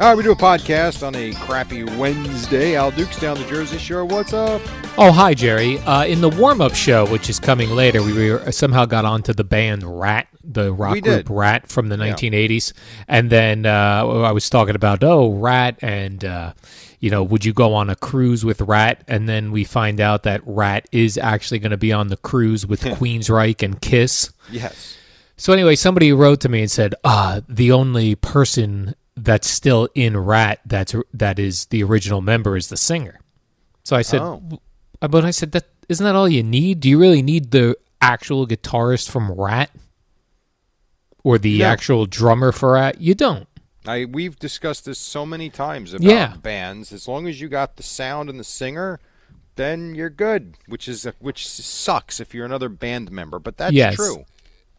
All right, we do a podcast on a crappy Wednesday. Al Duke's down the Jersey Shore. What's up? Oh, hi, Jerry. Uh, in the warm up show, which is coming later, we were, uh, somehow got onto the band Rat, the rock We group did. Rat from the 1980s. And then uh, I was talking about, oh, Rat, and, uh, you know, would you go on a cruise with Rat? And then we find out that Rat is actually going to be on the cruise with Queensryche and Kiss. Yes. So anyway, somebody wrote to me and said, "Ah, the only person that's still in Rat that's that is the original member is the singer." So I said, Oh. w- "But I said that isn't that all you need? Do you really need the actual guitarist from Rat or the No. actual drummer for Rat? You don't. I we've discussed this so many times about Yeah. bands. As long as you got the sound and the singer, then you're good. Which is which sucks if you're another band member, but that's Yes. true.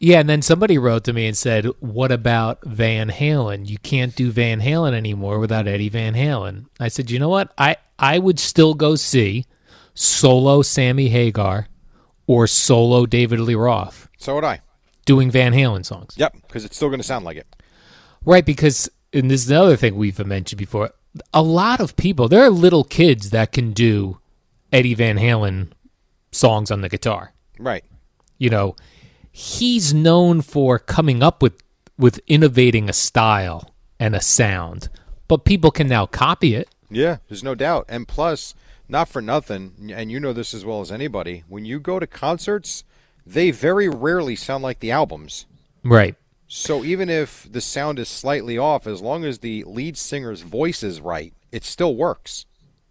Yeah." And then somebody wrote to me and said, "What about Van Halen? You can't do Van Halen anymore without Eddie Van Halen." I said, "You know what? I I would still go see." solo Sammy Hagar or solo David Lee Roth So would I. doing Van Halen songs. Yep, because it's still going to sound like it. Right, because, and this is another thing we've mentioned before, a lot of people, there are little kids that can do Eddie Van Halen songs on the guitar. Right. You know, he's known for coming up with, with innovating a style and a sound, but people can now copy it. Yeah, there's no doubt. And plus, not for nothing, and you know this as well as anybody, when you go to concerts, they very rarely sound like the albums. Right. So even if the sound is slightly off, as long as the lead singer's voice is right, it still works.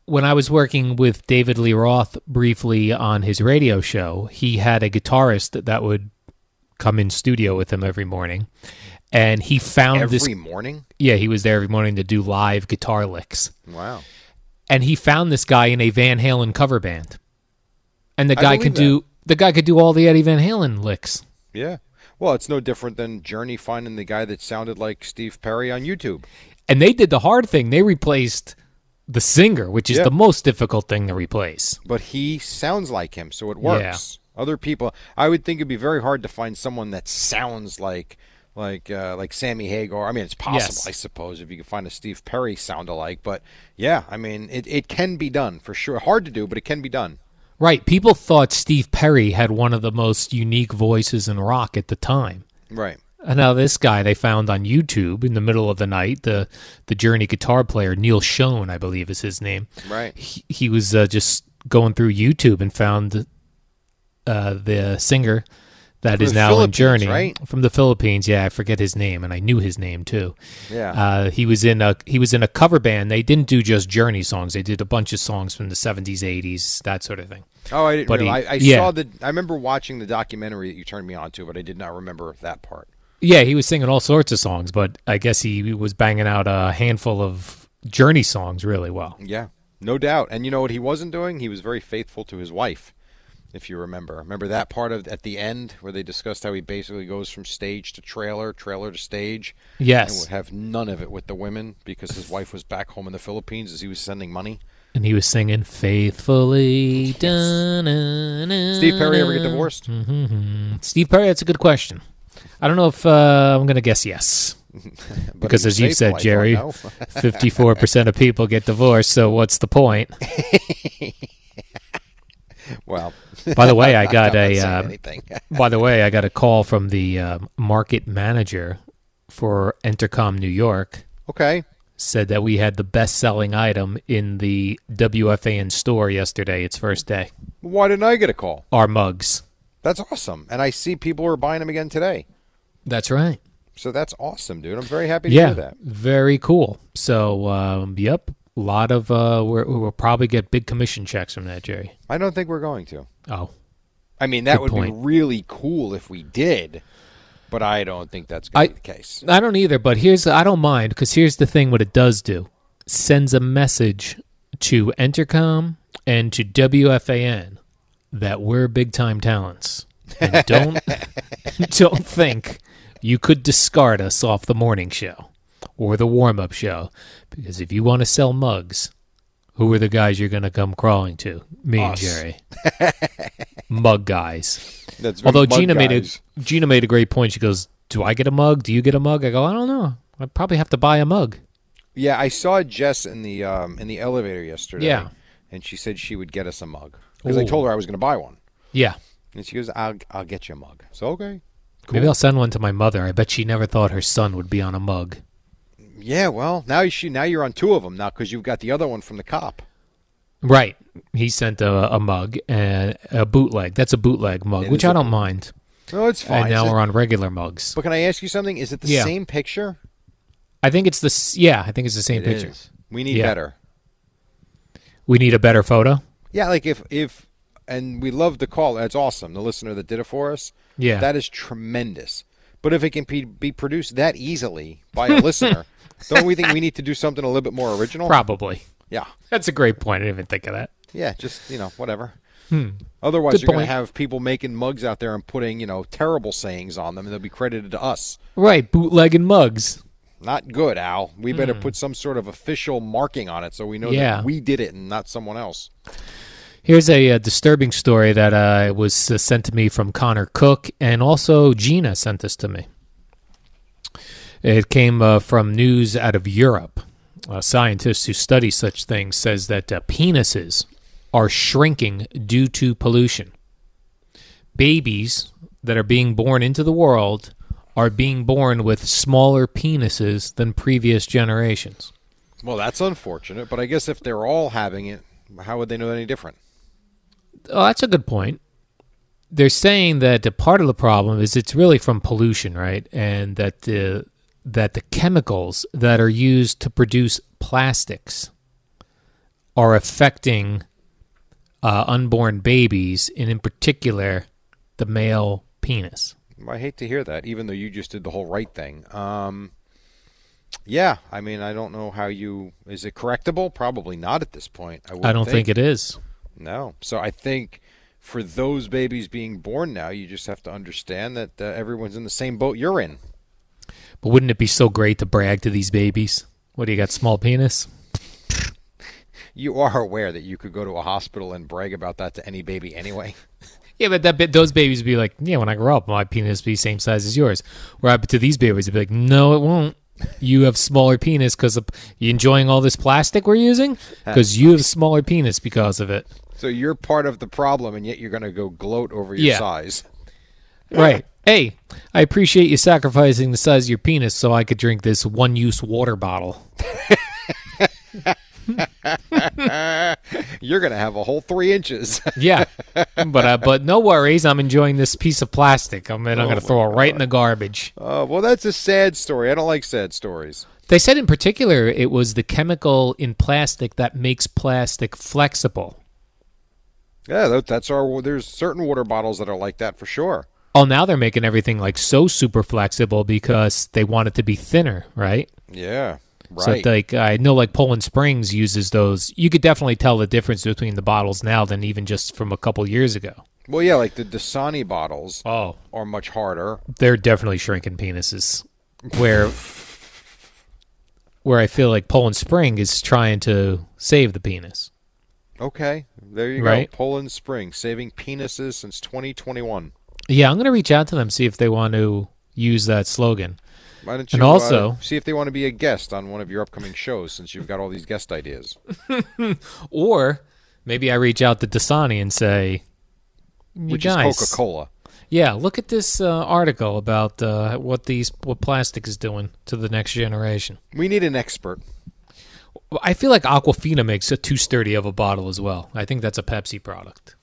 when I was working with David Lee Roth briefly on his radio show, he had a guitarist that would come in studio with him every morning. And he found Every this morning. yeah, he was there every morning to do live guitar licks. Wow. And he found this guy in a Van Halen cover band. And the I guy believe could that. do the guy could do all the Eddie Van Halen licks. Yeah. Well, it's no different than Journey finding the guy that sounded like Steve Perry on YouTube. And they did the hard thing. They replaced the singer, which is Yeah. the most difficult thing to replace. But he sounds like him, so it Yeah. works. Other people, I would think it'd be very hard to find someone that sounds like like uh, like Sammy Hagar. I mean, it's possible, Yes. I suppose, if you could find a Steve Perry sound alike. But yeah, I mean, it, it can be done for sure. Hard to do, but it can be done. Right. People thought Steve Perry had one of the most unique voices in rock at the time. Right. And now this guy they found on YouTube in the middle of the night, the the Journey guitar player Neil Schoen, I believe is his name. Right. He, he was uh, just going through YouTube and found uh, the singer that is the now in Philippines, Journey right? from the Philippines. Yeah, I forget his name, and I knew his name too. Yeah. Uh, he was in a he was in a cover band. They didn't do just Journey songs. They did a bunch of songs from the seventies, eighties, that sort of thing. Oh, I didn't. But he- realize. I, I yeah. saw the. I remember watching the documentary that you turned me on to, but I did not remember that part. Yeah, he was singing all sorts of songs, but I guess he was banging out a handful of Journey songs really well. Yeah, no doubt. And you know what he wasn't doing? He was very faithful to his wife, if you remember. Remember that part of at the end where they discussed how he basically goes from stage to trailer, trailer to stage, and Yes, would have none of it with the women because his wife was back home in the Philippines as he was sending money. and he was singing faithfully. Dun-dun-dun-dun. Steve Perry ever get divorced? Mm-hmm. Steve Perry, that's a good question. I don't know if uh, I'm going to guess yes. But Because he as was you've said, faithful, I don't Jerry, know. 54% of people get divorced, so what's the point? well, By the way, I got I'm not a saying uh, anything. by the way, I got a call from the uh, market manager for Entercom New York okay. said that we had the best-selling item in the WFAN store yesterday, its first day. Why didn't I get a call? Our mugs. That's awesome, and I see people are buying them again today. That's right. So that's awesome, dude. I'm very happy to Yeah, hear that. very cool. So, um, yep, a lot of uh, we're, we'll probably get big commission checks from that, Jerry. I don't think we're going to. Oh, I mean, that Good would point. be really cool if we did, but I don't think that's I- going to be the case. I don't either. But here's I don't mind because here's the thing: what it does do sends a message to Entercom and to WFAN that we're big time talents. And don't don't think you could discard us off the morning show or the warm up show because if you want to sell mugs, who are the guys you're going to come crawling to? Me Us. and Jerry, mug guys. That's Although mug Gina made guys. a Gina made a great point. She goes, "Do I get a mug? Do you get a mug?" I go, "I don't know. I probably have to buy a mug." Yeah, I saw Jess in the um, in the elevator yesterday. Yeah. and she said she would get us a mug because I Ooh. told her I was going to buy one, Yeah, and she goes, "I'll I'll get you a mug." So okay, maybe I'll send one to my mother. I bet she never thought her son would be on a mug. yeah. Well, now you she now you're on two of them now because you've got the other one from the cop. Right? He sent a, a mug and a bootleg. That's a bootleg mug, It which is I a don't mind. No, it's fine. And now Is it- we're on regular mugs. but can I ask you something? Is it the Yeah. same picture? I think it's the s- yeah. I think it's the same It picture. is. We need Yeah. better. We need a better photo. Yeah, like if if and we love the call. That's awesome. The listener that did it for us. Yeah. That is tremendous. But if it can be, be produced that easily by a listener, don't we think we need to do something a little bit more original? probably. Yeah. That's a great point. I didn't even think of that. Yeah, just, you know, whatever. Otherwise, Hmm. Good you're going point. to have people making mugs out there and putting, you know, terrible sayings on them, and they'll be credited to us. Right, bootleg and mugs. Not good, Al. We better put some sort of official marking on it so we know Hmm. Yeah. that we did it and not someone else. Here's a, uh disturbing story that uh, was uh, sent to me from Connor Cook, and also Gina sent this to me. It came uh, from news out of Europe. Uh, scientists who study such things says that uh, penises are shrinking due to pollution. Babies that are being born into the world are being born with smaller penises than previous generations. Well, that's unfortunate, but I guess if they're all having it, how would they know any different? Oh, that's a good point. They're saying that a part of the problem is it's really from pollution, right? And that the that the chemicals that are used to produce plastics are affecting uh, unborn babies, and in particular, the male penis. I hate to hear that, even though you just did the whole right thing. Um, yeah, I mean, I don't know how you. Is it correctable? Probably not at this point. I, I don't think. it is. No. So I think for those babies being born now, you just have to understand that uh, everyone's in the same boat you're in. But wouldn't it be so great to brag to these babies? What do you got, small penis? You are aware that you could go to a hospital and brag about that to any baby anyway. Yeah, but that bit, those babies be like, yeah, when I grow up, my penis be same size as yours. Where up to these babies, it'd be like, no, it won't. You have smaller penis because you enjoying all this plastic we're using because you have smaller penis because of it. So you're part of the problem, and yet you're going to go gloat over your Yeah. size. Right. Hey, I appreciate you sacrificing the size of your penis so I could drink this one-use water bottle. You're gonna have a whole three inches. Yeah, but uh, but no worries. I'm enjoying this piece of plastic. I'm I'm gonna throw it right in the garbage. Uh, well, that's a sad story. I don't like sad stories. They said in particular it was the chemical in plastic that makes plastic flexible. Yeah, that, that's our. There's certain water bottles that are like that for sure. Oh, now they're making everything like so super flexible because they want it to be thinner, right? Yeah, right. So like I know like Poland Springs uses those. You could definitely tell the difference between the bottles now than even just from a couple years ago. well, yeah, like the Dasani bottles Oh, are much harder. they're definitely shrinking penises. Where where I feel like Poland Spring is trying to save the penis. Okay, there you Right. go. Poland Spring saving penises since 2021. Yeah, I'm going to reach out to them see if they want to use that slogan. Why don't you And also- uh, see if they want to be a guest on one of your upcoming shows since you've got all these guest ideas? Or maybe I reach out to Dasani and say, you Which guys, is Coca Cola. Yeah, look at this uh, article about uh, what these what plastic is doing to the next generation. We need an expert. I feel like Aquafina makes a two sturdy of a bottle as well. I think that's a Pepsi product.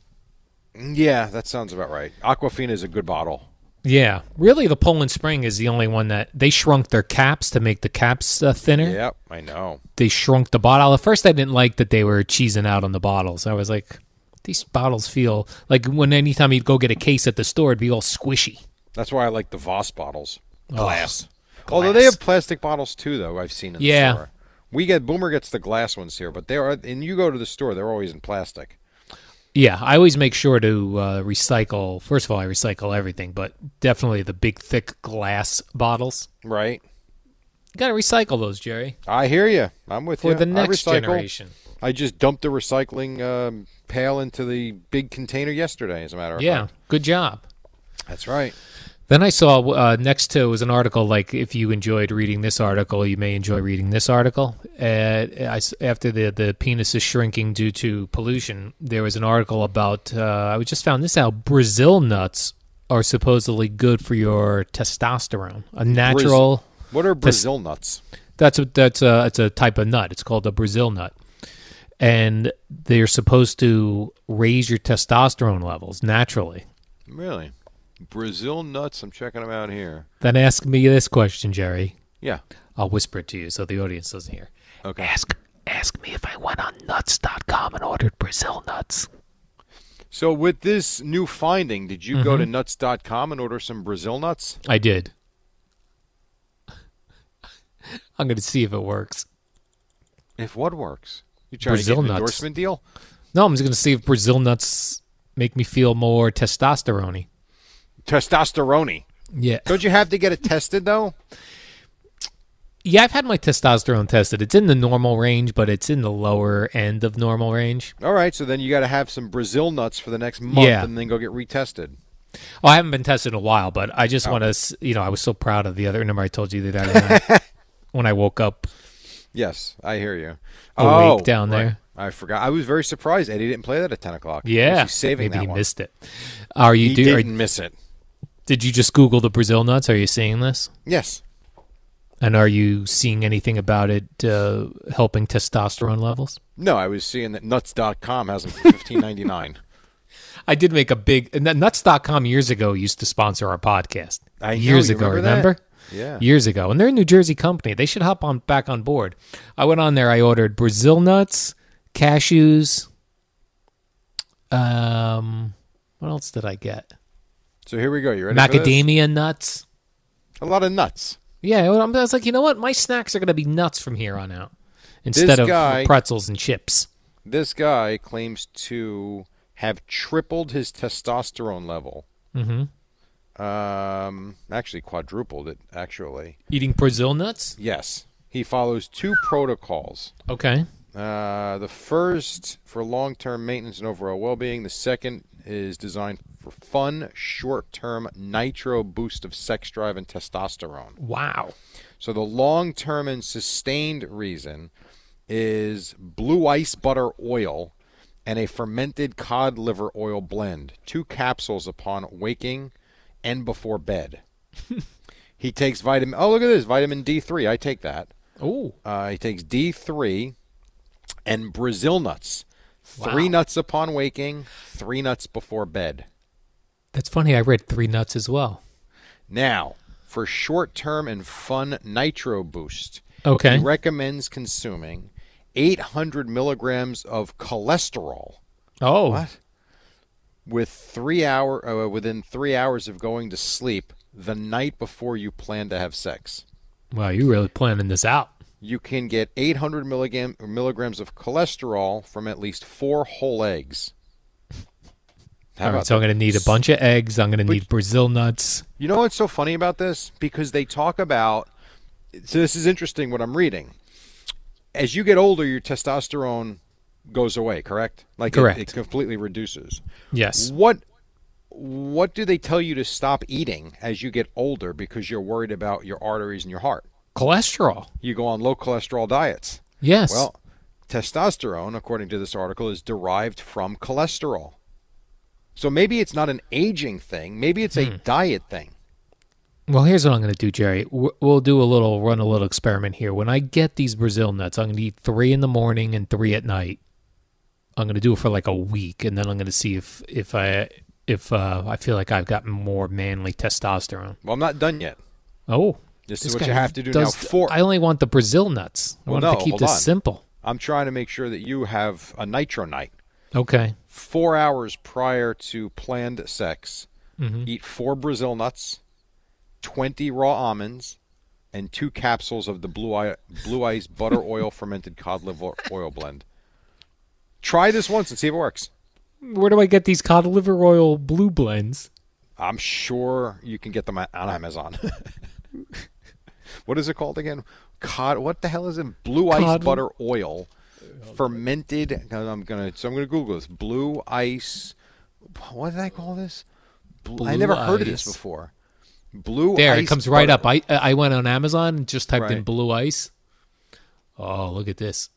Yeah, that sounds about right. Aquafina is a good bottle. Yeah, really, the Poland Spring is the only one that they shrunk their caps to make the caps uh, thinner. Yep, I know. They shrunk the bottle. At first, I didn't like that they were cheesing out on the bottles. I was like, these bottles feel like when anytime you'd go get a case at the store, it'd be all squishy. That's why I like the Voss bottles. Ugh. Glass. Although they have plastic bottles too, though I've seen in Yeah. the store. We get Boomer gets the glass ones here, but they are. And you go to the store, they're always in plastic. Yeah, I always make sure to uh, recycle. First of all, I recycle everything, but definitely the big, thick glass bottles. Right. You gotta recycle those, Jerry, I hear you. I'm with for you. the I next recycle. generation. I just dumped the recycling um, pail into the big container yesterday. As a matter of Yeah, fact. good job. That's right. Then I saw uh, next to was an article like if you enjoyed reading this article, you may enjoy reading this article. Uh, I s after the the penis is shrinking due to pollution, there was an article about uh, I just found this out. Brazil nuts are supposedly good for your testosterone, a natural. What are Brazil nuts? That's a that's a it's a type of nut. It's called a Brazil nut, and they're supposed to raise your testosterone levels naturally. Really? Brazil nuts. I'm checking them out here. Then ask me this question, Jerry. Yeah. I'll whisper it to you so the audience doesn't hear. Okay. Ask ask me if I went on nuts.com and ordered Brazil nuts. So with this new finding, did you Mm-hmm. go to nuts.com and order some Brazil nuts? I did. I'm going to see if it works. If what works? You trying Brazil to get an nuts. endorsement deal? No, I'm just going to see if Brazil nuts make me feel more testosterone. Testosterone. Yeah. Don't you have to get it tested though? Yeah, I've had my testosterone tested. It's in the normal range, but it's in the lower end of normal range. All right, so then you got to have some Brazil nuts for the next month Yeah. and then go get retested. Oh, I haven't been tested in a while, but I Oh. just want to, you know, I was so proud of the other number I told you the other night when I woke up Yes, I hear you. Oh, awake down there. I forgot. I was very surprised Eddie didn't play that at ten o'clock. Yeah, he's saving maybe that he one. missed it. Are you he do? didn't Or, miss it. did you just Google the Brazil nuts? Are you seeing this? Yes. And are you seeing anything about it uh, helping testosterone levels? No, I was seeing that nuts.com has them for fifteen ninety nine. I did make a big and that nuts.com years ago used to sponsor our podcast. I know, years you ago, remember that? remember? Yeah. Years ago. And they're a New Jersey company. They should hop on back on board. I went on there, I ordered Brazil nuts, cashews. Um what else did I get? So here we go. You ready? for this? Macadamia nuts. A lot of nuts. Yeah, well, I'm- I was like, you know what? My snacks are going to be nuts from here on out This instead of guy- pretzels and chips. This guy claims to have tripled his testosterone level. Mhm. Um, actually quadrupled it. Actually, Eating Brazil nuts? yes. He follows two protocols. Okay. Uh, the first for long-term maintenance and overall well-being. The second is designed for fun, short-term nitro boost of sex drive and testosterone. Wow. So the long-term and sustained reason is blue ice butter oil and a fermented cod liver oil blend, two capsules upon waking and before bed. he takes vitamin Oh, look at this, vitamin D3. I take that. Oh, Uh, he takes D3 and Brazil nuts. Three nuts upon waking, three nuts before bed. That's funny. I read three nuts as well. Now, for short term and fun nitro boost, Okay. he recommends consuming 800 milligrams of cholesterol Oh, with three hour uh, within three hours of going to sleep the night before you plan to have sex. wow. You're really planning this out. You can get 800 milligram, milligrams of cholesterol from at least four whole eggs. All How right, about so I'm going to need a bunch of eggs. I'm going to need Brazil nuts. You know what's so funny about this? Because they talk about. So this is interesting. What I'm reading. As you get older, your testosterone goes away. Correct? Like it- Correct. It, completely reduces. Yes. What What do they tell you to stop eating as you get older because you're worried about your arteries and your heart? Cholesterol. You go on low cholesterol diets. Yes. Well, testosterone, according to this article, is derived from cholesterol. So maybe it's not an aging thing. Maybe it's a diet thing. Well, here's what I'm going to do, Jerry. W- We'll do a little run a little experiment here. When I get these Brazil nuts, I'm going to eat three in the morning and three at night. I'm going to do it for like a week, and then I'm going to see if if I if uh, I feel like I've gotten more manly testosterone. Well, I'm not done yet. Oh, This is what guy you have to do does- now for- I only want the Brazil nuts. I Well, wanted to no, keep hold this on. simple. I'm trying to make sure that you have a nitro night. Okay. Four hours prior to planned sex, Mm-hmm. eat four Brazil nuts, 20 raw almonds, and two capsules of the Blue, Eye, Blue Ice Butter Oil Fermented Cod Liver Oil Blend. Try this once and see if it works. Where do I get these cod liver oil blue blends? I'm sure you can get them on on Amazon. what is it called again? Cod. What the hell is it? Blue ice Cod- Oh, butter oil, fermented. I'm gonna. So I'm gonna Google this. Blue ice. What did I call this? Blue, I Blue never heard of this ice. before. Blue. There, it ice comes right butter- up. I I went on Amazon and just typed in Right. blue ice. Oh, look at this!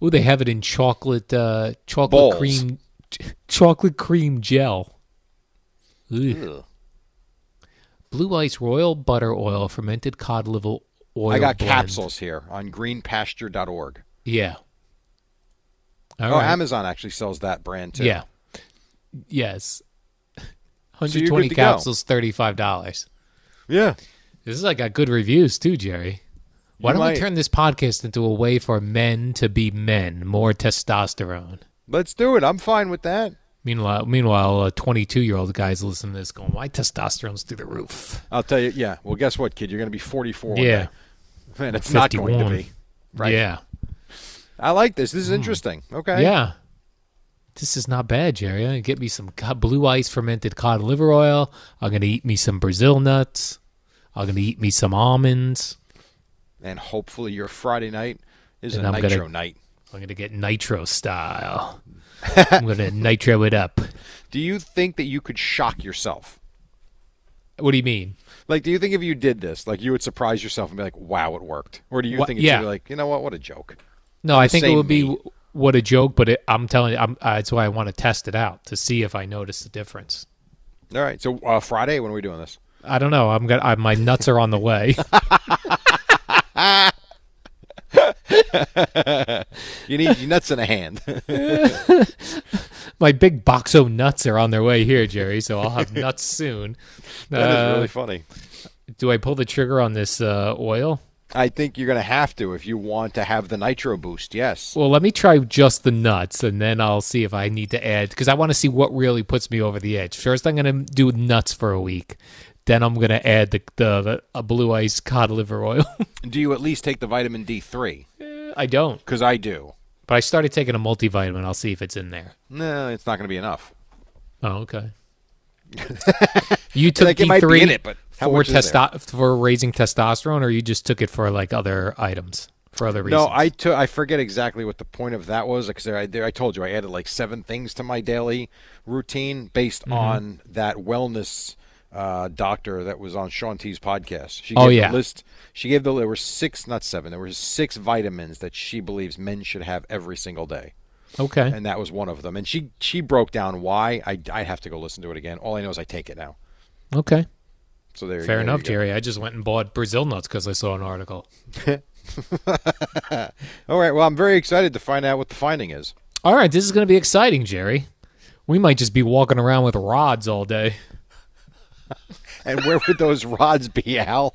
Oh, they have it in chocolate uh, chocolate Balls. cream ch- chocolate cream gel. Ugh. Ugh. Blue ice royal butter oil fermented cod liver oil. I got blend. capsules here on greenpasture.org. Yeah. All Oh, right. Amazon actually sells that brand too. Yeah. Yes. you're good 120 to go. capsules, thirty-five dollars. Yeah. This is like got good reviews too, Jerry. Why You don't might- we turn this podcast into a way for men to be men, more testosterone? Let's do it. I'm fine with that. Meanwhile, meanwhile, a 22 year old guy's listening to this going, "My testosterone's through the roof." I'll tell you. Yeah. Well, guess what, kid? You're gonna be 44. one Yeah, day. Man, it's not going to 51. be. Right. yeah, I like this. This is interesting. Okay. Hmm. yeah. This is not bad, Jerry. I'm gonna get me some co- blue ice fermented cod liver oil. I'm gonna eat me some Brazil nuts. I'm gonna eat me some almonds. And hopefully your Friday night is And a I'm gonna- nitro night. I'm gonna get nitro style. I'm gonna nitro it up. Do you think that you could shock yourself? What do you mean? Like, do you think if you did this, like you would surprise yourself and be like, "Wow, it worked," or do you Wha- think it's yeah. gonna be like, you know what, what a joke? No, I think it same would be me. what a joke, but it, I'm telling you, I'm, uh, that's why I want to test it out to see if I notice the difference. All right, so uh, Friday, when are we doing this? I don't know. I'm gonna. I, my nuts are on the way. You need your nuts in a hand. my big box of nuts are on their way here, Jerry. So I'll have nuts soon. that is Uh, really funny. do I pull the trigger on this uh, oil? I think you're gonna have to if you want to have the nitro boost. Yes. Well, let me try just the nuts, and then I'll see if I need to add because I want to see what really puts me over the edge. First, I'm gonna do nuts for a week. Then I'm gonna add the the, the a blue ice cod liver oil. Do you at least take the vitamin D three? I don't, Because I do. but I started taking a multivitamin. I'll see if it's in there. No, it's not gonna be enough. Oh, okay. you took Like, it D might three be in it, but how for much is there? testo- for raising testosterone, or you just took it for like other items for other reasons. No, I took. I forget exactly what the point of that was because I, there- I told you I added like seven things to my daily routine based Mm-hmm. on that wellness uh, doctor that was on Sean T's podcast. She gave Oh, the yeah. list. She gave the there were six, not seven. There were six vitamins that she believes men should have every single day, okay. and that was one of them. And she she broke down why. I I have to go listen to it again. All I know is I take it now. okay. So there. Fair there enough, you go. Jerry. I just went and bought Brazil nuts because I saw an article. All right. Well, I'm very excited to find out what the finding is. All right, this is going to be exciting, Jerry. We might just be walking around with rods all day. And where would those rods be, Al?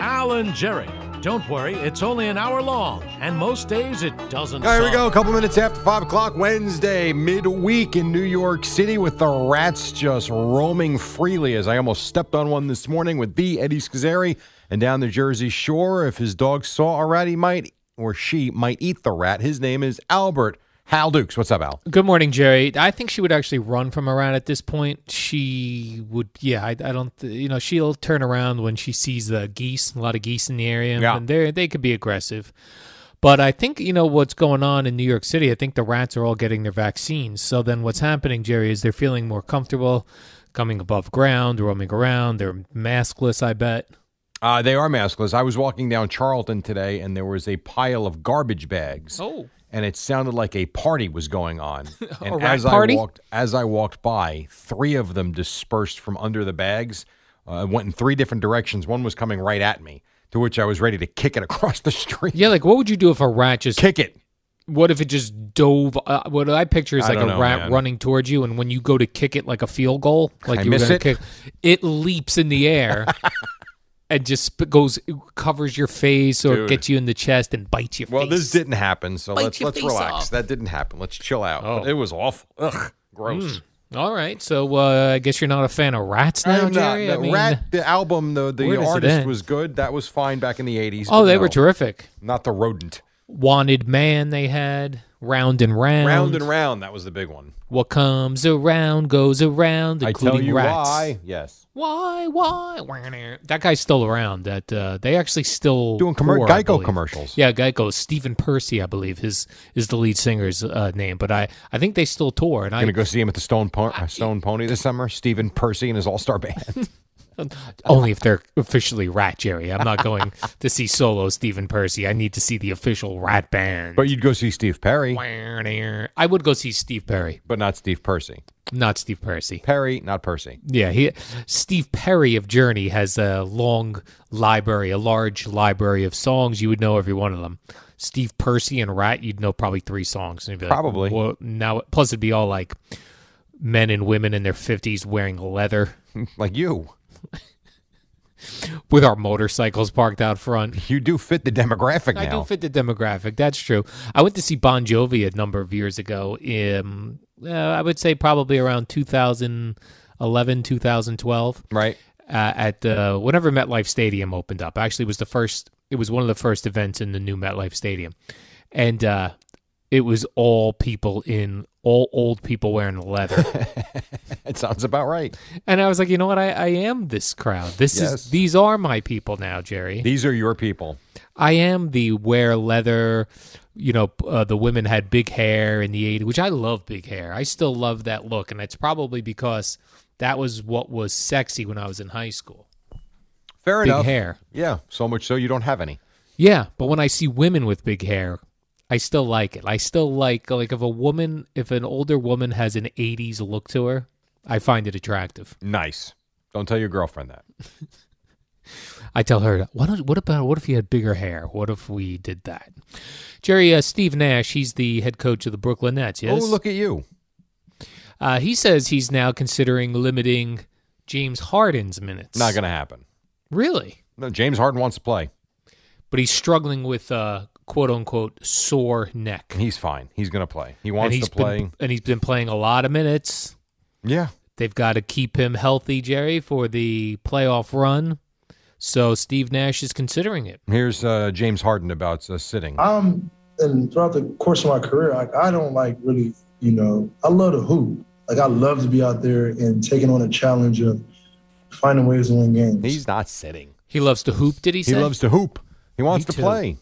Al and Jerry. Don't worry, it's only an hour long, and most days it doesn't. All right, here we suck. go. A couple minutes after 5 o'clock, Wednesday, midweek in New York City, with the rats just roaming freely. As I almost stepped on one this morning with B. Eddie Scazzeri, and down the Jersey Shore, if his dog saw a rat, he might or she might eat the rat. His name is Albert Hal Dukes. What's up, Al? Good morning, Jerry. I think she would actually run from around at this point. She would, yeah. I, I don't, th- you know, she'll turn around when she sees the geese, a lot of geese in the area, Yeah. and they they could be aggressive. But I think you know what's going on in New York City. I think the rats are all getting their vaccines. So then, what's happening, Jerry, is they're feeling more comfortable, coming above ground, roaming around. They're maskless, I bet. Uh, they are maskless. I was walking down Charlton today, and there was a pile of garbage bags. Oh, and it sounded like a party was going on. And A rat as party? I walked as I walked by, three of them dispersed from under the bags, uh, went in three different directions. One was coming right at me, to which I was ready to kick it across the street. yeah. Like, what would you do if a rat just Kick it. What if it just dove? Uh, what I picture is I like a don't know, rat man. running towards you, and when you go to kick it like a field goal, like I you were miss gonna it. kick, it leaps in the air and just sp- goes covers your face or Dude. gets you in the chest and bites your Well, face. this didn't happen, so Bite let's your let's face relax. off. That didn't happen. Let's chill out. Oh. Mm. But it was awful. Ugh, gross. All right, so uh, I guess you're not a fan of rats now, I'm not- Jerry. the I mean, rat, the album, the where the does it artist end? was good. That was fine back in the '80s. oh, but they no, were terrific. Not the rodent. Wanted man, they had round and round. Round and round. That was the big one. What comes around goes around, I including tell you rats. why. Yes. Why? Why? why- That guy's still around. That uh, they actually still Doing commer- tour, I Geico believe. commercials. Yeah, Geico. Stephen Percy, I believe, his is the lead singer's uh, name. But I, I think they still tour. And I, Going to go see him at the Stone po- uh, Stone Pony this summer. Stephen Percy and his All Star band. only if they're officially Rat Jerry. I'm not going to see solo Stephen Percy. I need to see the official Rat band. but you'd go see Steve Perry, I would go see Steve Perry, but not Steve Percy. not Steve Percy. Perry, not Percy. Yeah, he Steve Perry of Journey has a long library, a large library of songs. You would know every one of them. Steve Percy and Rat, you'd know probably three songs. And you'd be like, Probably. Well, now plus it'd be all like men and women in their fifties wearing leather Like you, with our motorcycles parked out front. you do fit the demographic I now. do fit the demographic. That's true. I went to see Bon Jovi a number of years ago. Um, uh, I would say probably around 2011, 2012. right? uh, at the whenever MetLife Stadium opened up. Actually, it was the first. It was one of the first events in the new MetLife Stadium, and uh, it was all people in all old people wearing leather. It sounds about right. and I was like, you know what? I, I am this crowd. This Yes. is these are my people now, Jerry. These are your people. I am the wear leather. You know, uh, the women had big hair in the 80s, which I love big hair. I still love that look. And it's probably because that was what was sexy when I was in high school. Fair Big enough. hair. Yeah, so much so you don't have any. Yeah, but when I see women with big hair, I still like it. I still like like if a woman, if an older woman has an 80s look to her, I find it attractive. Nice. Don't tell your girlfriend that. Oh, I tell her, "What? What about? What if you had bigger hair? What if we did that?" Jerry, uh, Steve Nash, he's the head coach of the Brooklyn Nets. Yes, Oh, look at you. Uh, he says he's now considering limiting James Harden's minutes. Not going to happen. really, No, James Harden wants to play. but he's struggling with uh, quote unquote sore neck. He's fine. He's going to play. He and wants he's to play. been and he's been playing a lot of minutes. Yeah. They've got to keep him healthy, Jerry, for the playoff run. So Steve Nash is considering it. Here's uh, James Harden about uh, sitting. I'm and throughout the course of my career, like I don't like really, you know, I love to hoop. Like I love to be out there and taking on a challenge of finding ways to win games. He's not sitting. He loves to hoop. Did he? He say? loves to hoop. He wants Me to too. play.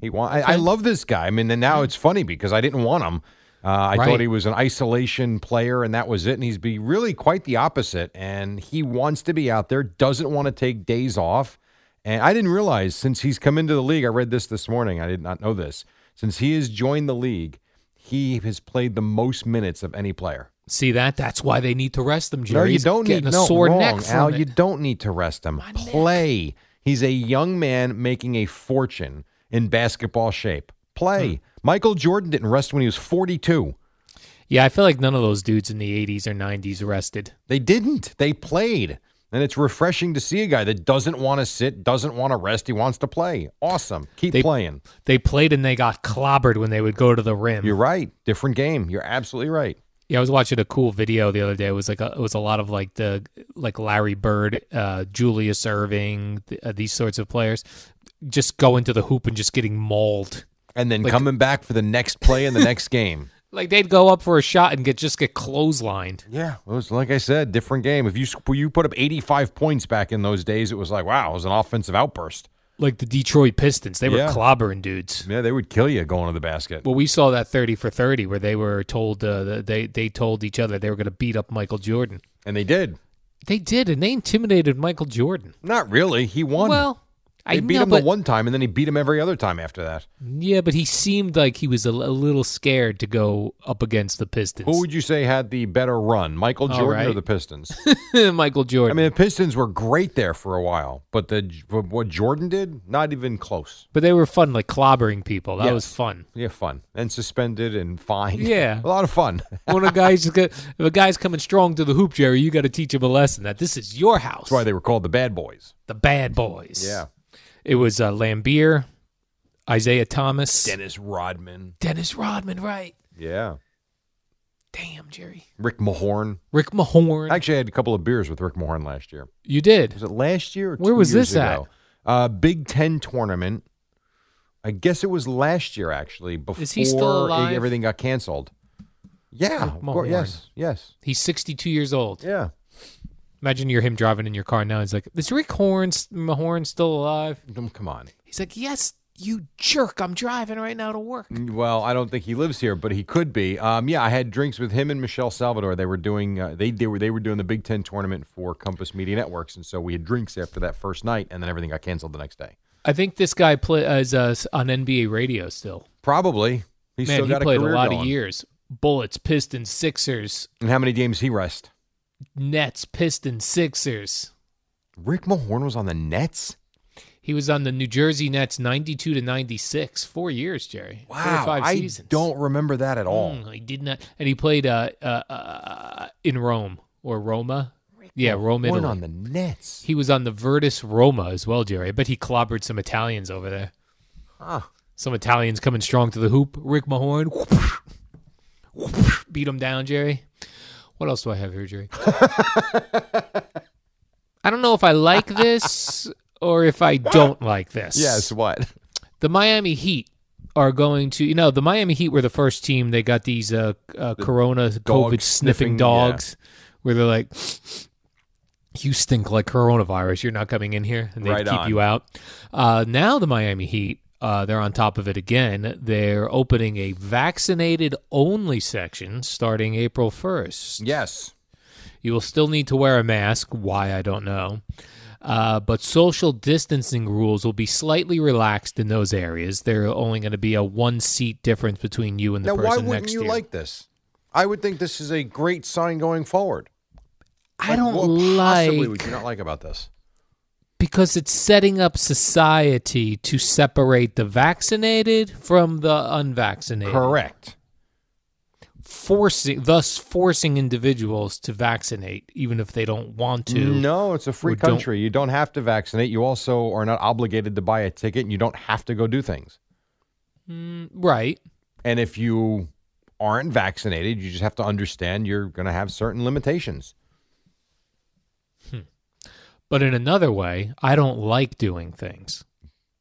He want. I, I love this guy. I mean, and now it's funny because I didn't want him. Uh, I Right. thought he was an isolation player, and that was it. And he's be really quite the opposite. And he wants to be out there. Doesn't want to take days off. And I didn't realize since he's come into the league. I read this this morning. I did not know this. Since he has joined the league, he has played the most minutes of any player. See that? That's why they need to rest them, Jerry. No, you He's don't getting need a no, sore wrong, neck from Al, it. you don't need to rest him. Play. He's a young man making a fortune in basketball shape. Play. Hmm. Michael Jordan didn't rest when he was 42. Yeah, I feel like none of those dudes in the 80s or 90s rested. They didn't. They played. And it's refreshing to see a guy that doesn't want to sit, doesn't want to rest. He wants to play. Awesome. Keep They- Hmm. playing. They played and they got clobbered when they would go to the rim. You're right. Different game. You're absolutely right. Yeah, I was watching a cool video the other day. It was like a, it was a lot of like the like Larry Bird, uh, Julius Irving, th- uh, these sorts of players just going to the hoop and just getting mauled. And then coming back for the next play in the next game. Like they'd go up for a shot and get just get clotheslined. Yeah, it was like I said, different game. If you sc- you put up 85 points back in those days, it was like wow, it was an offensive outburst. Like the Detroit Pistons, they were Yeah. clobbering dudes. Yeah, they would kill you going to the basket. Well, we saw that 30 for 30 where they were told uh, that they they told each other they were going to beat up Michael Jordan. And they did. They did, and they intimidated Michael Jordan. Not really. He won. Well, I they beat know, him but the one time and then he beat him every other time after that. yeah, but he seemed like he was a, l- a little scared to go up against the Pistons. Who would you say had the better run, Michael All Jordan or right. the Pistons? Michael I Jordan. mean, the Pistons were great there for a while, but the but what Jordan did, not even close. but they were fun, like clobbering people. That was Yes. fun. Yeah, fun. And suspended and fined. Yeah. a lot of fun. When a guy's go- if a guy's coming strong to the hoop, Jerry, you got to teach him a lesson that this is your house. That's why they were called the Bad Boys. the bad boys. Yeah, it was uh, Lambeer, Isaiah Thomas, Dennis Rodman. Dennis Rodman. Right? Yeah, Damn, Jerry. Rick Mahorn. Rick Mahorn. I actually had a couple of beers with Rick Mahorn last year. you did. Was it last year? Or Where two was years this at? ago? Uh, Big Ten tournament. I guess it was last year actually. Before Is he still alive? everything got canceled. Yeah, of course, Mahorn. yes, yes, He's 62 years old. yeah. Imagine you're him driving in your car now. He's like, "Is Rick Horn Mahorn still alive?" Um, Come on. He's like, "Yes, you jerk! I'm driving right now to work." Mm, Well, I don't think he lives here, but he could be. Um, yeah, I had drinks with him and Michelle Salvador. They were doing uh, they, they were they were doing the Big Ten tournament for Compass Media Networks, and so we had drinks after that first night, and then everything got canceled the next day. I think this guy play, uh, is uh, on NBA radio still. Probably. He's Man, still he got played a, career lot of going. years. Bullets, Pistons, Sixers, And how many games he rest? Nets, Pistons, Sixers. Rick Mahorn was on the Nets. He was on the New Jersey Nets 92 to 96, four years, Jerry. Four or Wow, five I seasons. don't remember that at all. Mm, I did not. And he played uh, uh, uh, in Rome or Roma. Yeah, Rome, One Italy. on the Nets. He was on the Virtus Roma as well, Jerry. I bet he clobbered some Italians over there. Huh. Some Italians coming strong to the hoop. Rick Mahorn whoosh, whoosh, beat him down, Jerry. What else do I have here, Jerry? I don't know if I like this or if I don't like this. Yes, what? The Miami Heat are going to, you know, the Miami Heat were the first team. They got these uh, uh, Corona COVID sniffing, sniffing dogs, where they're like, "You stink like coronavirus. You're not coming in here," and they Right keep on. you out. Uh, now the Miami Heat. Uh, they're on top of it again. They're opening a vaccinated only section starting April 1st. Yes. You will still need to wear a mask, why I don't know. Uh, but social distancing rules will be slightly relaxed in those areas. There are only going to be a one seat difference between you and the Now, why person wouldn't next you to you. like this? I would think this is a great sign going forward. I don't what Possibly would like you not like about this? because it's setting up society to separate the vaccinated from the unvaccinated, Correct. forcing thus forcing individuals to vaccinate even if they don't want to. No, it's a free Or don't- country. You don't have to vaccinate. You also are not obligated to buy a ticket, and you don't have to go do things. Right. And if you aren't vaccinated, you just have to understand you're going to have certain limitations. But in another way, I don't like doing things.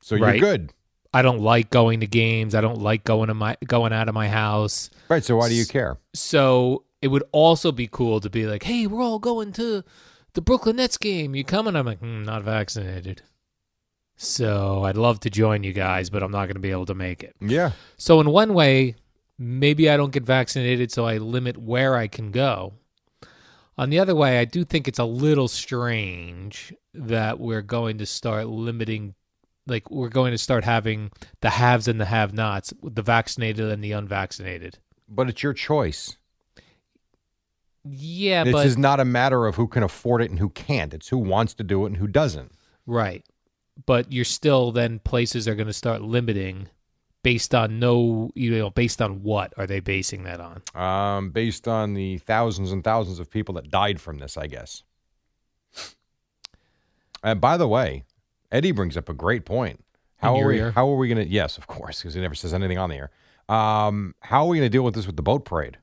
So Right. you're good. I don't like going to games. I don't like going to my going out of my house. Right. So why do you care? So it would also be cool to be like, "Hey, we're all going to the Brooklyn Nets game. You coming?" I'm like, mm, "Not vaccinated." So I'd love to join you guys, but I'm not going to be able to make it. Yeah. So in one way, maybe I don't get vaccinated, so I limit where I can go. On the other way, I do think it's a little strange that we're going to start limiting, like we're going to start having the haves and the have-nots, the vaccinated and the unvaccinated. But it's your choice. Yeah, this but is not a matter of who can afford it and who can't. It's who wants to do it and who doesn't. right. But you're still then places are going to start limiting based on no, you know, based on what are they basing that on? Um, based on the thousands and thousands of people that died from this, I guess. And by the way, Eddie brings up a great point. In How are your we? ear? How are we going to? Yes, of course, because he never says anything on the air. Um, how are we going to deal with this with the boat parade?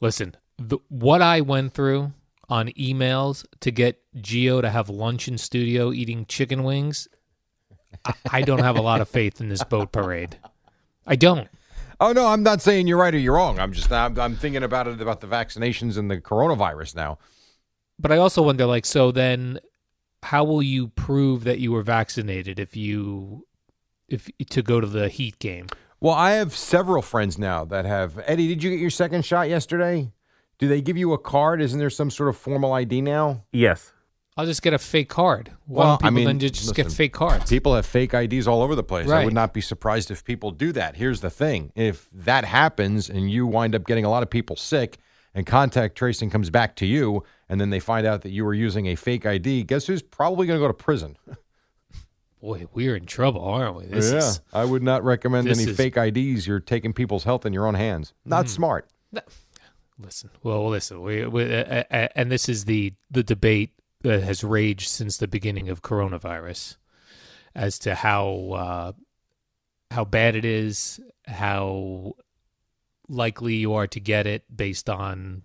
Listen, the, what I went through on emails to get Geo to have lunch in studio eating chicken wings, I, I don't have a lot of faith in this boat parade. I don't. Oh no, I'm not saying you're right or you're wrong. I'm just I'm, I'm thinking about it about the vaccinations and the coronavirus now. But I also wonder, like, so then, how will you prove that you were vaccinated if you, if to go to the Heat game? Well, I have several friends now that have. Eddie, did you get your second shot yesterday? Do they give you a card? Isn't there some sort of formal ID now? Yes. I'll just get a fake card. Why Well, don't people I mean, then ju- just get listen, fake cards? People have fake IDs all over the place. I Right. would not be surprised if people do that. Here's the thing if that happens and you wind up getting a lot of people sick and contact tracing comes back to you, and then they find out that you were using a fake ID, guess who's probably going to go to prison? Boy, we're in trouble, aren't we? This is I would not recommend this any is- fake IDs. You're taking people's health in your own hands. Not smart. Listen, well, listen, we, we uh, uh, and this is the the debate that has raged since the beginning of coronavirus as to how uh, how bad it is, how likely you are to get it based on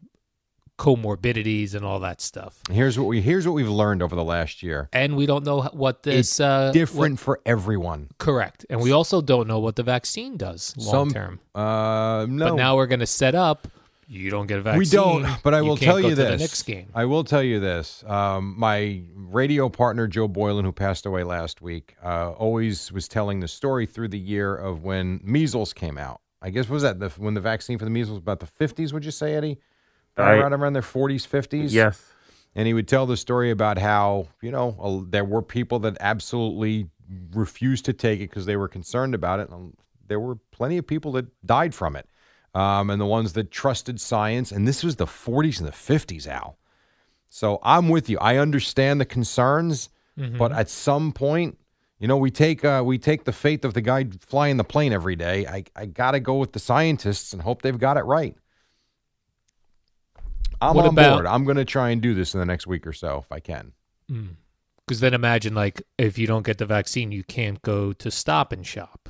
comorbidities and all that stuff. Here's what we here's what we've learned over the last year. And we don't know what this It's uh, what- different for everyone. correct, and we also don't know what the vaccine does long Some- term. Uh, no, But now we're going to set up. You don't get a vaccine. we don't. But I will can't tell go you to this. the next game. I will tell you this. Um, my radio partner Joe Boylan, who passed away last week, uh, always was telling the story through the year of when measles came out. I guess what was that the, when the vaccine for the measles was about the fifties? Would you say, Eddie? I- around around their forties, fifties. Yes. and he would tell the story about how you know uh, there were people that absolutely refused to take it because they were concerned about it and there were plenty of people that died from it um, and the ones that trusted science and this was the 40s and the 50s al so i'm with you i understand the concerns Mm-hmm. but at some point you know we take uh, we take the faith of the guy flying the plane every day I, I gotta go with the scientists and hope they've got it right i'm What on about- board i'm gonna try and do this in the next week or so if i can Because then imagine, like, if you don't get the vaccine, you can't go to Stop and Shop.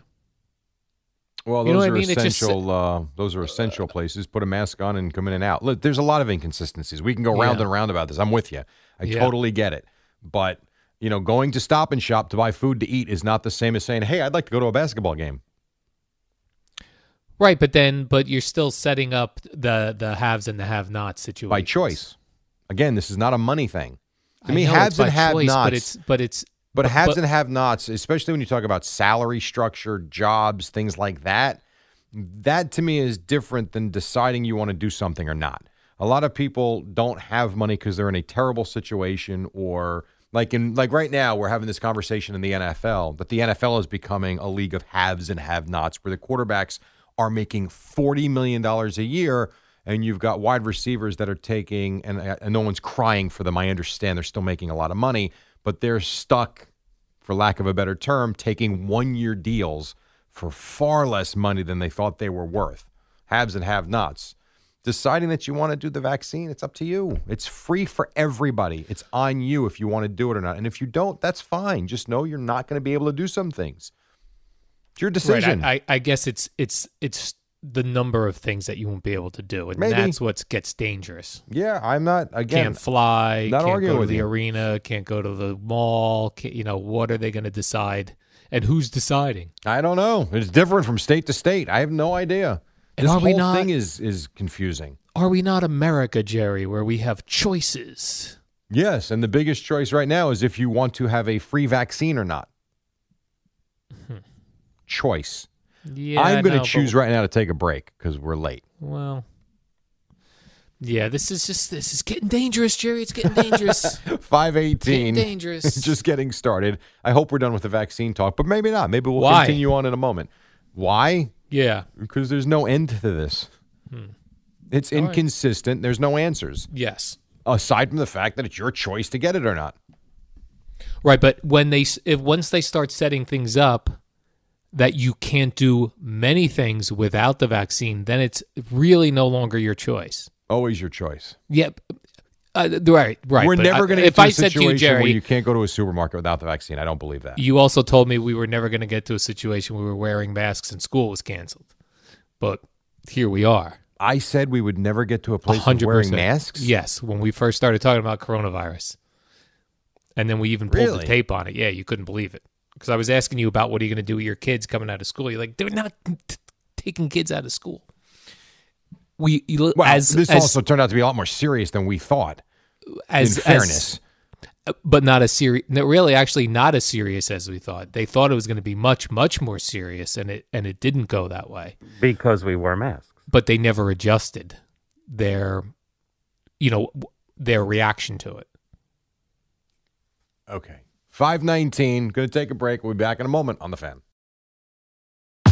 Well, You know what those I are mean? It's just- essential. uh, those are essential places. Put a mask on and come in and out. Look, there's a lot of inconsistencies. We can go round Yeah. and round about this. I'm with you. I Yeah. totally get it. But you know, going to Stop and Shop to buy food to eat is not the same as saying, "Hey, I'd like to go to a basketball game." Right, but then but you're still setting up the the haves and the have-nots situation by choice. Again, this is not a money thing. To I me, know haves it's by and have choice, nots. but it's but it's But haves but- and have nots, especially when you talk about salary structure, jobs, things like that, that to me is different than deciding you want to do something or not. A lot of people don't have money because they're in a terrible situation or like in like right now we're having this conversation in the NFL that the NFL is becoming a league of haves and have nots where the quarterbacks are making forty million dollars a year and you've got wide receivers that are taking and, and no one's crying for them. I understand they're still making a lot of money, but they're stuck, for lack of a better term, taking one year deals for far less money than they thought they were worth. Haves and have nots. Deciding that you want to do the vaccine, it's up to you. It's free for everybody. It's on you if you want to do it or not. And if you don't, that's fine. Just know you're not going to be able to do some things. It's your decision. Right, I, I, I guess it's it's it's the number of things that you won't be able to do, and Maybe. that's what gets dangerous. yeah, I'm not, again, can't fly, not can't arguing go to with the you. arena, can't go to the mall. Can't, you know what are they going to decide, and who's deciding? I don't know. It's different from state to state. I have no idea. And this are whole we not- thing is is confusing. Are we not America, Jerry, where we have choices? Yes, and the biggest choice right now is if you want to have a free vaccine or not. Choice. Yeah, I'm going to no, choose but- right now to take a break because we're late. Well, yeah, this is just this is getting dangerous, Jerry. It's getting dangerous. Five getting eighteen. dangerous. Just getting started. I hope we're done with the vaccine talk, but maybe not. Maybe we'll Why? continue on in a moment. Why? yeah, Because there's no end to this. It's Hmm. right. inconsistent. There's no answers yes. aside from the fact that it's your choice to get it or not. Right, but when they s- if once they start setting things up that you can't do many things without the vaccine, then it's really no longer your choice. Always your choice. Yep. Uh, th- right, right. we're but never I- going to If get to I a said to situation you, Jerry, where you you, can't go to a supermarket without the vaccine. I don't believe that. also told me we were never going to get to a situation where we were wearing masks and school was canceled, but here we are. I said we would never get to a place of hundred wearing percent masks. Yes, when we first started talking about coronavirus, and then we even pulled Really? the tape on it. Yeah, you couldn't believe it because I was asking you about what are you going to do with your kids coming out of school. You're like, they're not t- t- taking kids out of school. We you look- Well, as this as, also turned out to be a lot more serious than we thought. as in as- fairness, but not as serious. No, really, actually, not as serious as we thought. They thought it was going to be much, much more serious, and it and it didn't go that way. because we wear masks. But they never adjusted their, you know, w- their reaction to it. okay. Five nineteen. Going to take a break. We'll be back in a moment on the fan.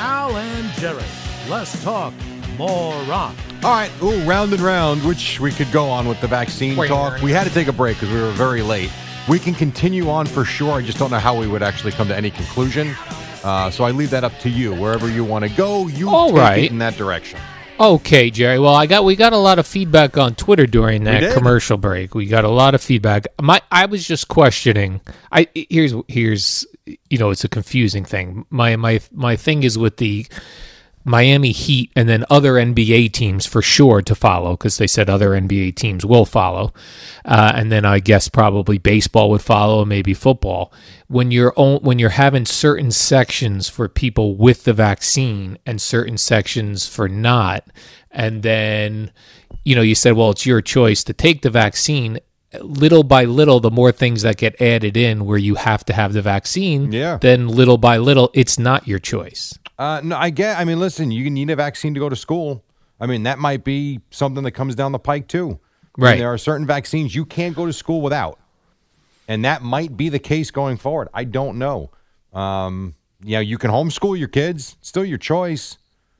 Al and Jerry. Less talk, more rock. All right. Ooh, round and round, which we could go on with the vaccine talk. We had to take a break because we were very late. We can continue on for sure. I just don't know how we would actually come to any conclusion. Uh, so I leave that up to you. Wherever you want to go, you All take right. it in that direction. Okay, Jerry. Well, I got we got a lot of feedback on Twitter during did. that commercial break. We got a lot of feedback. My I was just questioning. I here's here's you know, it's a confusing thing. My my my thing is with the Miami Heat and then other NBA teams for sure to follow because they said other NBA teams will follow. Uh, and then I guess probably baseball would follow and maybe football. When you're on, when you're having certain sections for people with the vaccine and certain sections for not, and then you know you said, well, it's your choice to take the vaccine. Little by little, the more things that get added in where you have to have the vaccine, Yeah. then little by little, it's not your choice. Uh, no, I get. I mean, listen, you need a vaccine to go to school. I mean, that might be something that comes down the pike too. I mean, Right. there are certain vaccines you can't go to school without, and that might be the case going forward. I don't know. Um, you know, you can homeschool your kids; it's still your choice.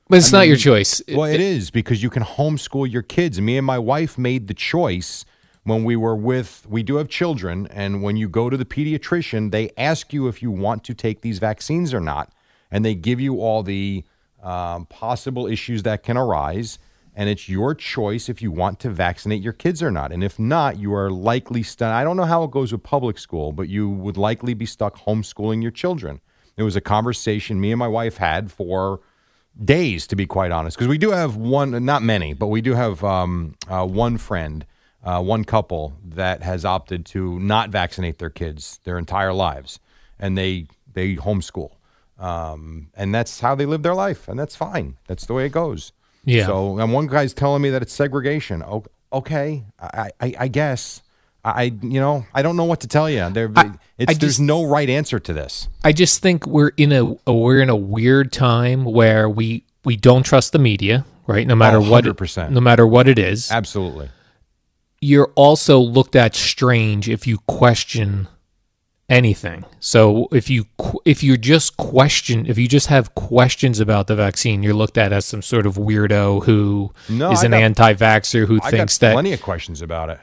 But it's not your choice. Well, it is because you can homeschool your kids. Me and my wife made the choice when we were with, we do have children, and when you go to the pediatrician, they ask you if you want to take these vaccines or not, and they give you all the um, possible issues that can arise. And it's your choice if you want to vaccinate your kids or not. And if not, you are likely stuck. I don't know how it goes with public school, but you would likely be stuck homeschooling your children. It was a conversation me and my wife had for days, to be quite honest, because we do have one, not many, but we do have um, uh, one friend, uh, one couple that has opted to not vaccinate their kids their entire lives, and they they homeschool, um, and that's how they live their life, and that's fine. That's the way it goes. Yeah. So, and one guy's telling me that it's segregation. O- Okay, I I, I guess. I I- you know I don't know what to tell you. There, I- it's, I there's just- no right answer to this. I just think we're in a, a we're in a weird time where we we don't trust the media, right? No matter what, 100%. no matter what it is, Absolutely. you're also looked at strange if you question anything. So if you qu- if you just question if you just have questions about the vaccine, you're looked at as some sort of weirdo who is No, I an got- anti-vaxxer who I got thinks that plenty of questions about it.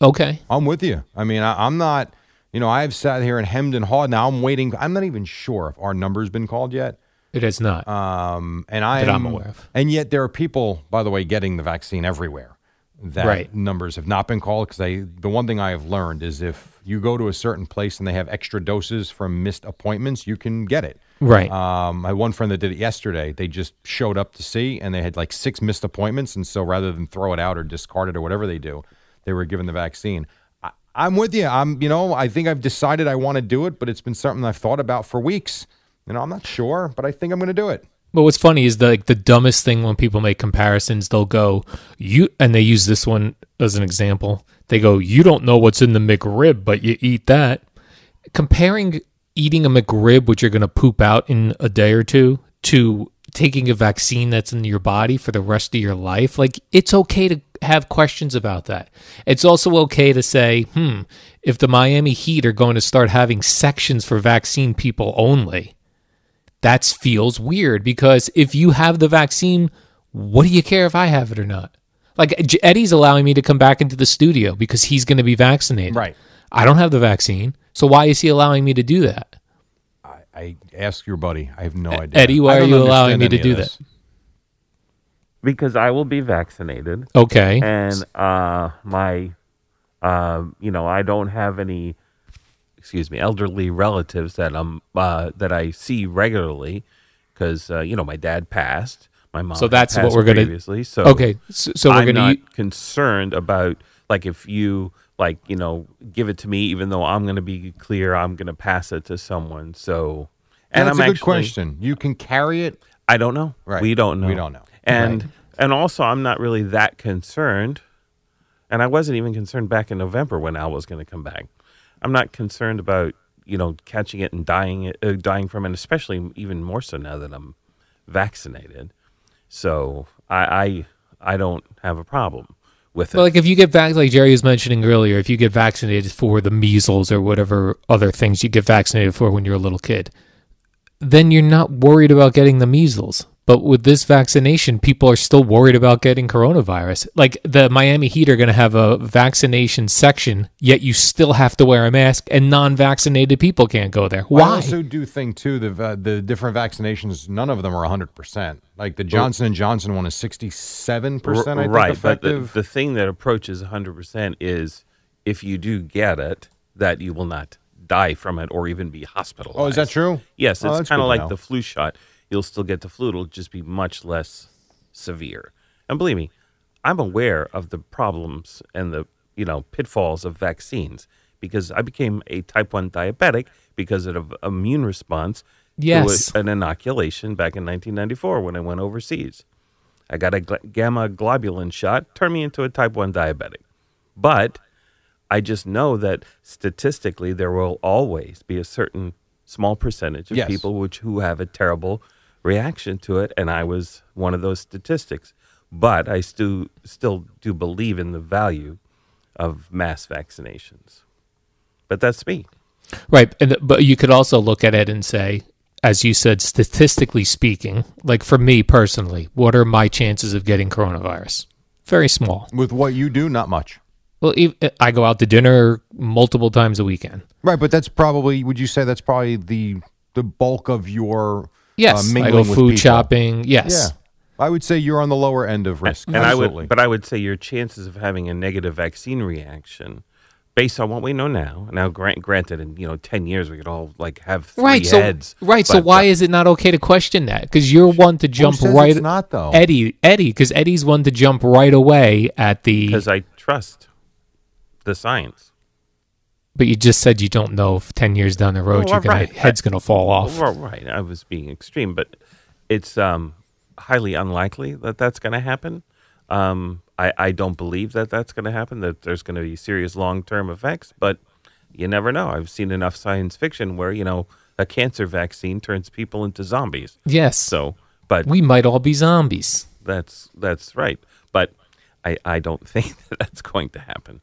okay, I'm with you. I mean, I, I'm not, you know, I've sat here and hemmed and hawed. Now I'm waiting. I'm not even sure if our number's been called yet. it is not. Um, and I That I'm am- aware of. And yet there are people, by the way, getting the vaccine everywhere. That Right. numbers have not been called because they. The one thing I have learned is if you go to a certain place and they have extra doses from missed appointments, you can get it. right. Um, I had one friend that did it yesterday. They just showed up to see, and they had like six missed appointments. And so, rather than throw it out or discard it or whatever they do, they were given the vaccine. I, I'm with you. I'm, you know, I think I've decided I want to do it, but it's been something I've thought about for weeks. You know, I'm not sure, but I think I'm going to do it. But what's funny is the, like the dumbest thing when people make comparisons, they'll go you and they use this one as an example. They go, "You don't know what's in the McRib, but you eat that." Comparing eating a McRib, which you're going to poop out in a day or two, to taking a vaccine that's in your body for the rest of your life, like it's okay to have questions about that. It's also okay to say, "Hmm, if the Miami Heat are going to start having sections for vaccine people only." that feels weird because if you have the vaccine, what do you care if I have it or not? Like J- Eddie's allowing me to come back into the studio because he's going to be vaccinated. Right. I don't have the vaccine, so why is he allowing me to do that? I, I ask your buddy. I have no idea. E, Eddie, why I are don't you understand allowing me any to of do this. because I will be vaccinated, Okay. and uh, my, uh, you know, I don't have any, excuse me, elderly relatives that um uh, that I see regularly, because uh, you know my dad passed, my mom. So had that's what passed we're gonna- previously. So okay. So, so we're I'm going to not concerned about like if you like you know give it to me, even though I'm going to be clear, I'm going to pass it to someone. So, And and that's I'm a good actually, question. You can carry it. I don't know. Right. We don't know. We don't know. And and also I'm not really that concerned. And I wasn't even concerned back in November when Al was going to come back. I'm not concerned about, you know, catching it and dying it, uh, dying from it, especially even more so now that I'm vaccinated. So, I I I don't have a problem with it. Well, like if you get back, like Jerry was mentioning earlier, if you get vaccinated for the measles or whatever other things you get vaccinated for when you're a little kid, then you're not worried about getting the measles. But with this vaccination, people are still worried about getting coronavirus. Like the Miami Heat are going to have a vaccination section, yet you still have to wear a mask, and non-vaccinated people can't go there. I Why? also do think too the va- the different vaccinations. None of them are hundred percent. Like the Johnson and Johnson one is sixty seven percent. I R- think right, effective. but the, the thing that approaches 100% is if you do get it, that you will not die from it or even be hospitalized. Oh, is that true? Yes, Oh, it's that's kind good of to like know. the flu shot. You'll still get the flu, it'll just be much less severe. And believe me, I'm aware of the problems and the, you know, pitfalls of vaccines because I became a type 1 diabetic because of immune response Yes. to a, an inoculation back in 1994 when I went overseas. I got a gl- gamma globulin shot, turned me into a type 1 diabetic. But I just know that statistically, there will always be a certain small percentage of Yes. people which who have a terrible reaction to it, and I was one of those statistics. But I still still do believe in the value of mass vaccinations. But that's me. Right, and but you could also look at it and say, as you said, statistically speaking, like for me personally, what are my chances of getting coronavirus? Very small. with what you do, not much. Well, ev I go out to dinner multiple times a weekend. Right, but that's probably. Would you say that's probably the the bulk of your Yes, uh, I mingling go with food people. shopping. Yes, Yeah. I would say you're on the lower end of risk. And I Absolutely. would, but I would say your chances of having a negative vaccine reaction, based on what we know now. Now, grant, granted, in you know ten years we could all like have three right. So heads. right. So but- why is it not okay to question that? Because you're one to jump says right. it's not, though? Eddie. Eddie. Because Eddie's one to jump right away at the. Because I trust the science. But you just said you don't know if ten years down the road Well, you're gonna, right. head's going to fall off. Well, right. I was being extreme, but it's um, highly unlikely that that's going to happen. Um, I, I don't believe that that's going to happen, that there's going to be serious long term effects, but you never know. I've seen enough science fiction where, you know, a cancer vaccine turns people into zombies. Yes. So, but we might all be zombies. that's that's right. But I, I don't think that that's going to happen.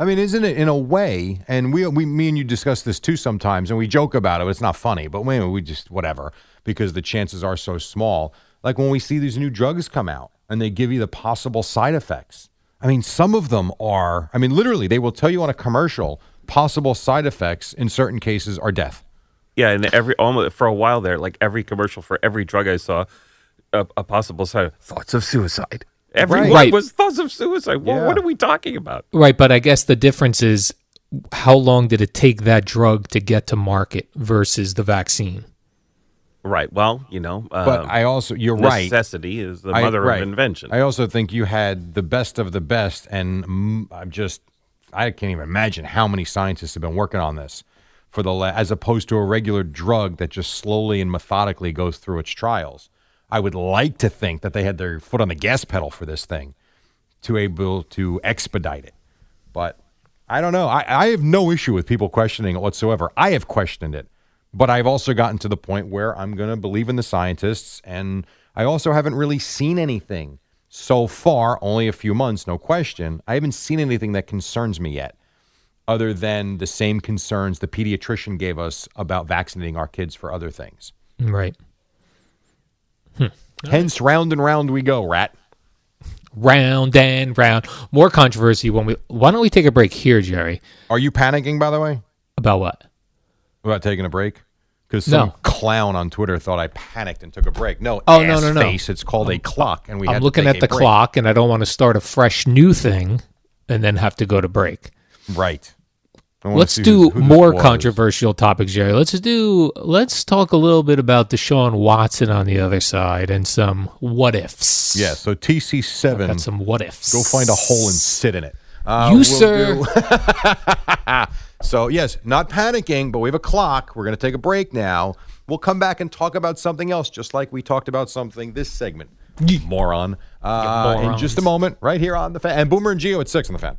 I mean, isn't it in a way? And we, we, me and you discuss this too sometimes, and we joke about it, but it's not funny. But we, we just whatever because the chances are so small. Like when we see these new drugs come out and they give you the possible side effects. I mean, some of them are. I mean, literally, they will tell you on a commercial possible side effects in certain cases are death. Yeah, and every almost for a while there, like every commercial for every drug I saw, a, a possible side thoughts of suicide. Every Right. one Right. was thoughts of suicide. Wha- Yeah. What are we talking about? Right, but I guess the difference is how long did it take that drug to get to market versus the vaccine? Right. Well, you know, um, But I also, you're right. necessity is the I- mother right. of invention. I also think you had the best of the best, and mm, I'm just I can't even imagine how many scientists have been working on this for the la- as opposed to a regular drug that just slowly and methodically goes through its trials. I would like to think that they had their foot on the gas pedal for this thing to able to expedite it, but I don't know. I, I have no issue with people questioning it whatsoever. I have questioned it, but I've also gotten to the point where I'm going to believe in the scientists. And I also haven't really seen anything so far, only a few months, no question. I haven't seen anything that concerns me yet, other than the same concerns the pediatrician gave us about vaccinating our kids for other things. Right. Hence, round and round we go, rat. Round and round. More controversy when we why don't we take a break here, Jerry? Are you panicking, by the way, About what? about taking a break? Because some No. clown on Twitter thought I panicked and took a break. No, Oh, no, ass no, no. face. It's called a clock, and we. had I'm to looking at take a the break. clock and I don't want to start a fresh new thing and then have to go to break. Right. I wanna Let's see who- do who this more was. controversial topics, Jerry. Let's do let's talk a little bit about Deshaun Watson on the other side and some what ifs. Yeah, so TC7. Got some what ifs. Go find a hole and sit in it. Uh, you we'll sir do- so, yes, not panicking, but we have a clock. We're going to take a break now. We'll come back and talk about something else, just like we talked about something this segment. Moron. Uh, in just a moment, right here on the fan. And Boomer and Geo at 6 on the fan.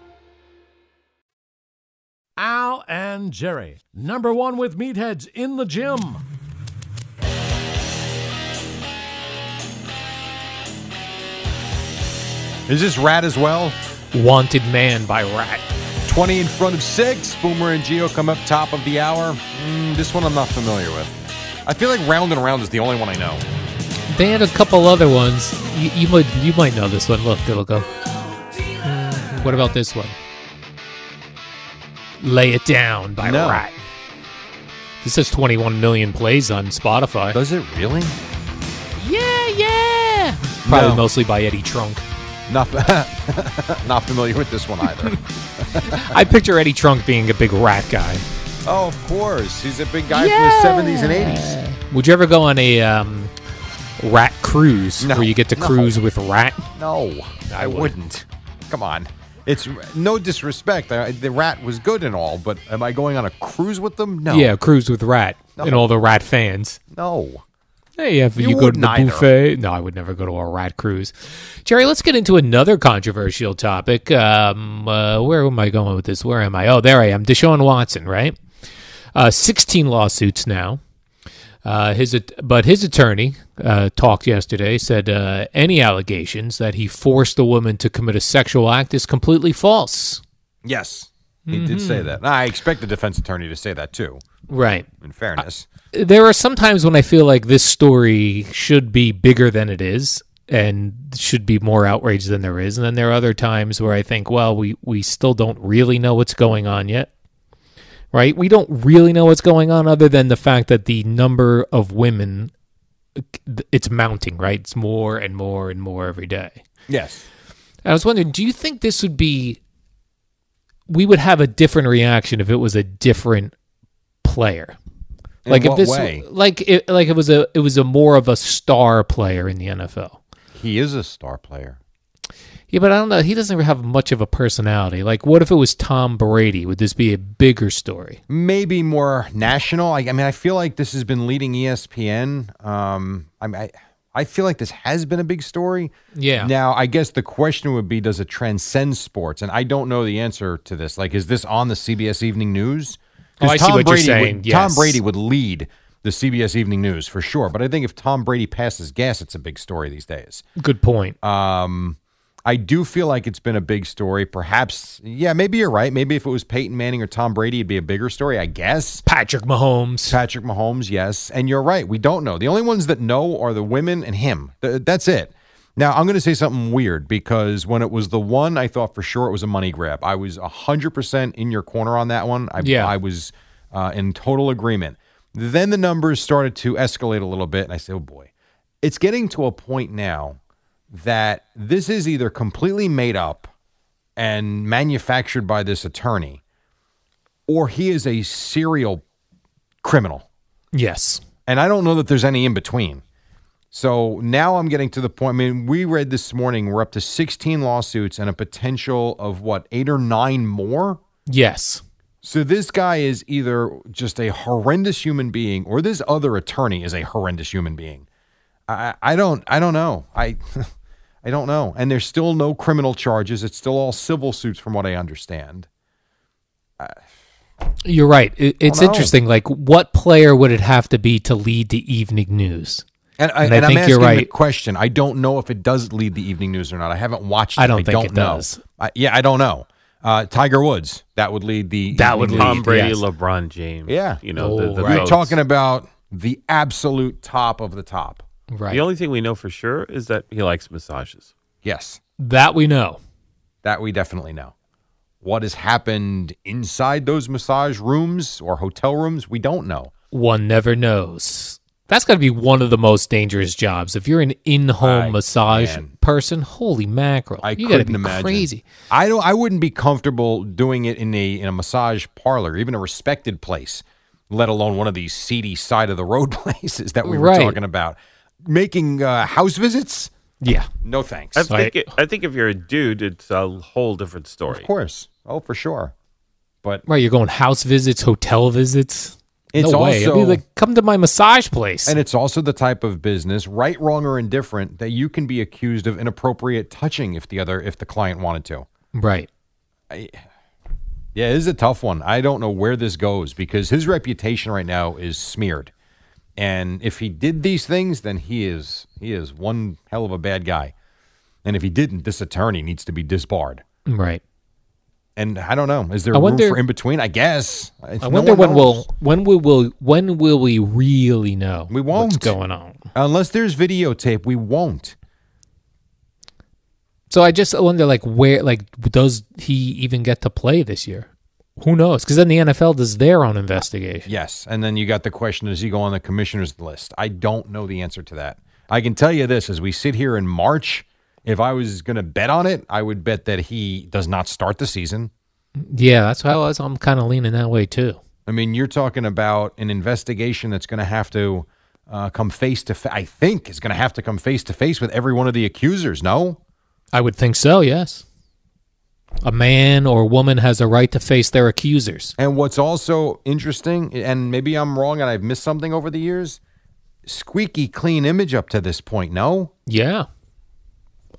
Al and Jerry, number one with meatheads in the gym. Is this Rat as well? Wanted Man by Rat. 20 in front of six. Boomer and Geo come up top of the hour. Mm, this one I'm not familiar with. I feel like Round and Round is the only one I know. They had a couple other ones. You, you might you might know this one. Look, it'll go. Mm, What about this one? Lay it down by No. Rat. This has 21 million plays on Spotify. Does it really? yeah, yeah. Probably No. mostly by Eddie Trunk. Not, not familiar with this one either. I picture Eddie Trunk being a big rat guy. oh, of course. He's a big guy from the 70s and 80s. Would you ever go on a um, rat cruise No, where you get to no. cruise with rat? No, I wouldn't. Come on. It's no disrespect. I, the rat was good and all, but am I going on a cruise with them? No. Yeah, cruise with rat and No. all the rat fans. No. Hey, if you, You go to wouldn't the either. buffet, no, I would never go to a rat cruise. Jerry, let's get into another controversial topic. Um, uh, where am I going with this? Where am I? Oh, there I am. Deshaun Watson, right? Uh, Sixteen lawsuits now. Uh, his at- but his attorney uh, talked yesterday said uh, any allegations that he forced the woman to commit a sexual act is completely false. Yes, he did say Mhm. that. I expect the defense attorney to say that too. Right. In fairness, There are some times when I feel like this story should be bigger than it is and should be more outrage than there is, and then there are other times where I think, well, we we still don't really know what's going on yet. Right? We don't really know what's going on other than the fact that the number of women it's mounting, right? It's more and more and more every day. yes. I was wondering, do you think this would be we would have a different reaction if it was a different player? In like if what this way? like it like it was a it was a more of a star player in the NFL. He is a star player. Yeah, but I don't know. He doesn't have much of a personality. Like, what if it was Tom Brady? Would this be a bigger story? Maybe more national. I, I mean, I feel like this has been leading E ESPN. Um, I, mean, I I feel like this has been a big story. Yeah. Now, I guess the question would be, does it transcend sports? And I don't know the answer to this. Like, is this on the CBS Evening News? 'Cause Oh, I see what you're Brady saying. Would, Tom Yes. Brady would lead the CBS Evening News for sure. But I think if Tom Brady passes gas, it's a big story these days. Good point. Um, I do feel like it's been a big story. Perhaps, yeah, maybe you're right. Maybe if it was Peyton Manning or Tom Brady, it'd be a bigger story, I guess. Patrick Mahomes. Patrick Mahomes, yes. And you're right. We don't know. The only ones that know are the women and him. Th- that's it. Now, I'm going to say something weird because when it was the one, I thought for sure it was a money grab. I was 100% in your corner on that one. I, Yeah. I was uh, in total agreement. Then the numbers started to escalate a little bit, and I said, oh boy. It's getting to a point now that this is either completely made up and manufactured by this attorney, or he is a serial criminal. Yes. And I don't know that there's any in between. So now I'm getting to the point. I mean, we read this morning we're up to 16 lawsuits and a potential of what, eight or nine more? Yes. So this guy is either just a horrendous human being, or this other attorney is a horrendous human being. I, I don't I don't know. I I don't know. And there's still no criminal charges. It's still all civil suits, from what I understand. You're right. It, it's know. interesting. Like, what player would it have to be to lead the evening news? And, I, and, I am asking the question. I don't know if it does lead the evening news or not. I haven't watched. I it. don't think it know. does. I, yeah, I don't know. Uh, Tiger Woods that would lead the That evening would news. Tom Brady, LeBron James. Yeah, You know, the, the you're votes. talking about the absolute top of the top. Right. The only thing we know for sure is that he likes massages. Yes, That we know. that we definitely know. What has happened inside those massage rooms or hotel rooms? We don't know. One never knows. That's got to be one of the most dangerous jobs. If you're an in-home massage person, holy mackerel! I you gotta couldn't be imagine. crazy. I don't. I wouldn't be comfortable doing it in a in a massage parlor, even a respected place, let alone one of these seedy side of the road places that we were Right. talking about. Making uh, house visits? Yeah. No thanks. I think, it, I think if you're a dude, it's a whole different story. Of course. Oh, for sure. But Right, you're going house visits, hotel visits. It's no way. I'd be also- like, come to my massage place. And it's also the type of business, right, wrong, or indifferent, that you can be accused of inappropriate touching if the other if the client wanted to. right. Yeah, this is a tough one. I don't know where this goes because his reputation right now is smeared. And if he did these things, then he is he is one hell of a bad guy. And if he didn't, this attorney needs to be disbarred. Right. And I don't know. Is there I wonder- room for in between? I guess. If I no wonder one when knows- we'll when we will when will we really know we won't what's going on. unless there's videotape. We won't. So I just wonder, like, where, like, does he even get to play this year? Who knows? Because then the NFL does their own investigation. Yes. And then you got the question does he go on the commissioner's list? I don't know the answer to that. I can tell you this as we sit here in March, if I was going to bet on it, I would bet that he does not start the season. Yeah, that's why I was. I'm kind of leaning that way too. I mean, you're talking about an investigation that's going to have to uh, come face to face. I think is going to have to come face to face with every one of the accusers. No, I would think so. Yes, a man or woman has a right to face their accusers. And what's also interesting, and maybe I'm wrong and I've missed something over the years, squeaky clean image up to this point. No, Yeah.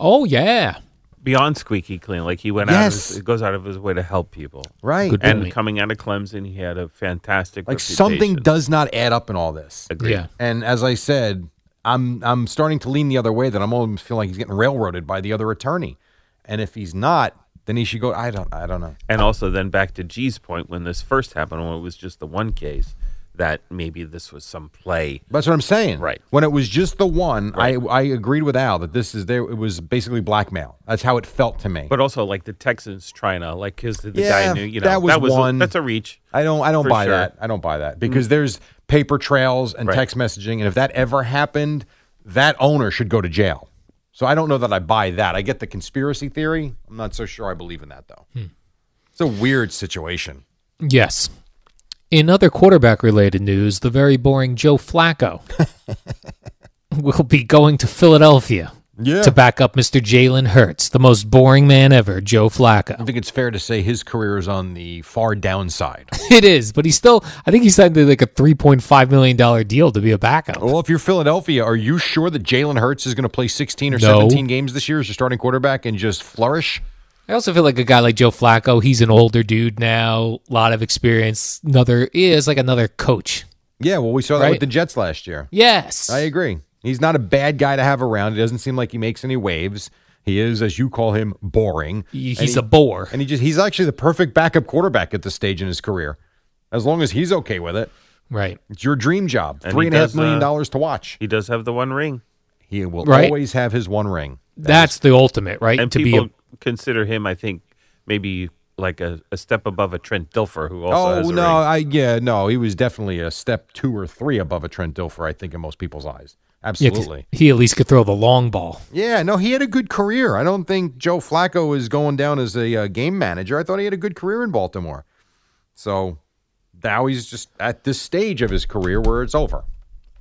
Oh yeah. beyond squeaky clean. Like he went out, Yes. of his, he goes out of his way to help people. Right. Good and point. coming out of Clemson, he had a fantastic like reputation. something does not add up in all this. Agreed. Yeah. And as I said, I'm I'm starting to lean the other way that I'm almost feeling like he's getting railroaded by the other attorney. And if he's not, then he should go I don't I don't know. And also, then back to G's point, when this first happened, when it was just the one case, that maybe this was some play. That's what I'm saying. Right. When it was just the one, I I agreed with Al that this is there it was basically blackmail. That's how it felt to me. But also, like the Texans trying to, like, because the, the guy knew, you know, that was, one. that's a reach. I don't. I don't for buy sure. Mm. that. I don't buy that because there's paper trails and Right. text messaging, and if that ever happened, that owner should go to jail. So I don't know that I buy that. I get the conspiracy theory. I'm not so sure I believe in that though. Hmm. It's a weird situation. Yes. In other quarterback related news, the very boring Joe Flacco will be going to Philadelphia Yeah. to back up Mr. Jalen Hurts, the most boring man ever, Joe Flacco. I think it's fair to say his career is on the far downside. It is, but he's still, I think he signed like a $3.5 million deal to be a backup. Well, if you're Philadelphia, are you sure that Jalen Hurts is going to play 16 or No. 17 games this year as your starting quarterback and just flourish? I also feel like a guy like Joe Flacco, he's an older dude now, a lot of experience. Another is like another coach. Yeah, well, we saw that Right. with the Jets last year. Yes. I agree. He's not a bad guy to have around. He doesn't seem like he makes any waves. He is, as you call him, boring. He's And he- a bore. And he just he's actually the perfect backup quarterback at this stage in his career. As long as he's okay with it. Right. It's your dream job. And Three he and a half does, million uh, dollars to watch. He does have the one ring. He will Right. always have his one ring. That's the ultimate, right? And to be people a, consider him, I think, maybe like a, a step above a Trent Dilfer, who also has oh a no, ring. I yeah, no, he was definitely a step two or three above a Trent Dilfer, I think, in most people's eyes. yeah, 'cause Absolutely. he at least could throw the long ball. Yeah, no, he had a good career. I don't think Joe Flacco is going down as a uh, game manager. I thought he had a good career in Baltimore. So now he's just at this stage of his career where it's over.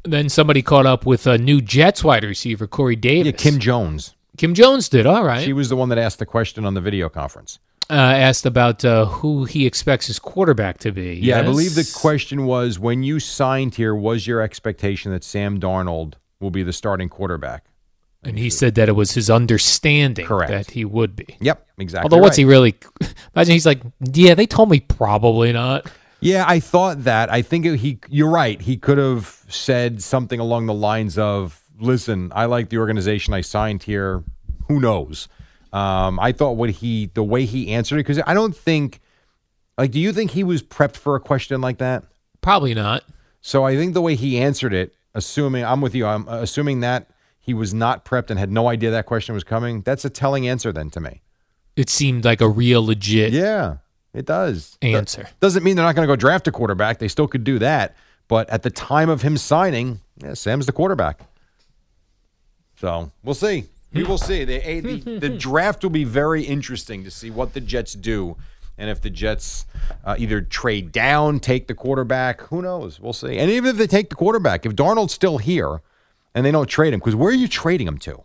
Then somebody caught up with a new Jets wide receiver, Corey Davis. Yeah, Kim Jones. Kim Jones did all right. She was the one that asked the question on the video conference. uh, asked about uh, who he expects his quarterback to be. Yeah, I Yes? believe the question was when you signed here, was your expectation that Sam Darnold will be the starting quarterback? and he said that it was his understanding Correct. that he would be. Yep, exactly. Although, what's right. he really? Imagine he's like, yeah, they told me probably not. Yeah, I thought that. I think he. You're right. He could have said something along the lines of, "Listen, I like the organization I signed here. Who knows?" Um, I thought what he, the way he answered it, because I don't think, like, do you think he was prepped for a question like that? Probably not. So I think the way he answered it, assuming I'm with you, I'm uh, assuming that he was not prepped and had no idea that question was coming. That's a telling answer then to me. It seemed like a real legit Yeah, it does. answer. Doesn't mean they're not going to go draft a quarterback. They still could do that. But at the time of him signing, yeah, Sam's the quarterback. So we'll see. We will see. The, a, the, the draft will be very interesting to see what the Jets do. And if the Jets uh, either trade down, take the quarterback, who knows? We'll see. And even if they take the quarterback, if Darnold's still here and they don't trade him, because where are you trading him to?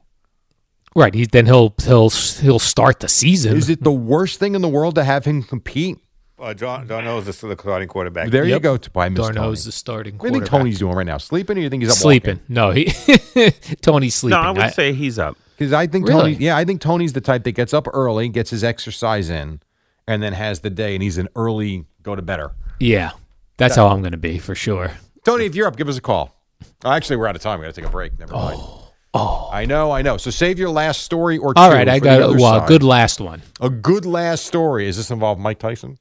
Right. He, then he'll he'll he'll start the season. Is it the worst thing in the world to have him compete? Uh, John, John knows this is the starting quarterback. There you Yep. go. Boy, I miss Tony. Darno's the starting What do you think quarterback. Tony's doing right now? Sleeping, or you think he's up sleeping. No, he Tony's sleeping. no, I would say he's up. Because I think Really? Tony, yeah, I think Tony's the type that gets up early, gets his exercise in, and then has the day, and he's an early go to better. yeah, that's how I'm going to be for sure. Tony, if you're up, give us a call. Oh, actually, we're out of time. We got to take a break. Never mind. Oh, I know, I know. So save your last story or two. All right, I for the got a other well, side. good last one. A good last story. Is this involve Mike Tyson?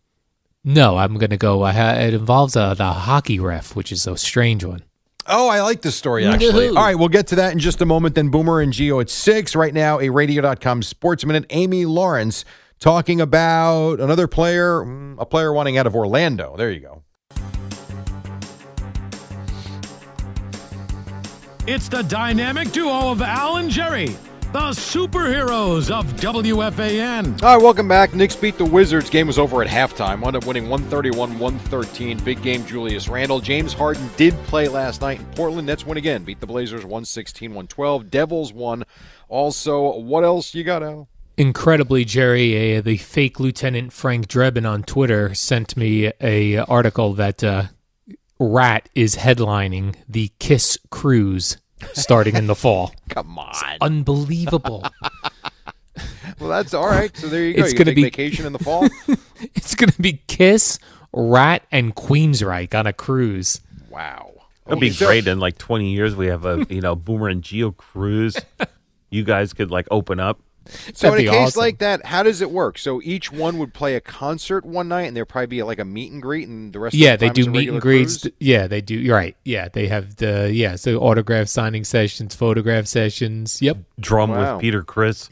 No, I'm going to go. I ha- it involves uh, the hockey ref, which is a strange one. Oh, I like this story actually. No. All right, we'll get to that in just a moment. Then Boomer and Geo at six. Right now, a radio.com sports minute. Amy Lawrence talking about another player, mm, a player wanting out of Orlando. There you go. It's the dynamic duo of Al and Jerry, the superheroes of WFAN. All right, welcome back. Knicks beat the Wizards. Game was over at halftime. Wound up winning 131 113. Big game, Julius Randle. James Harden did play last night in Portland. Nets win again. Beat the Blazers 116 112. Devils won. Also, what else you got, Al? Incredibly, Jerry, uh, the fake Lieutenant Frank Drebin on Twitter sent me a article that uh, Rat is headlining the Kiss Cruise starting in the fall. Come on. Unbelievable. Well, that's all right. So there you go. It's you gonna take be- vacation in the fall. It's going to be Kiss, Rat, and Queensryche on a cruise. Wow. That'd be Is there- great. In like 20 years, we have a you know Boomer and Geo cruise. You guys could like open up. So in a case like that, how does it work? So each one would play a concert one night, and there'd probably be like a meet and greet, and the rest. yeah, of the they time it's do a meet regular and greets. cruise? Th- Yeah, they do. You're right. Yeah, they have the yeah, so autograph signing sessions, photograph sessions. Yep. Drum Wow. with Peter Chris.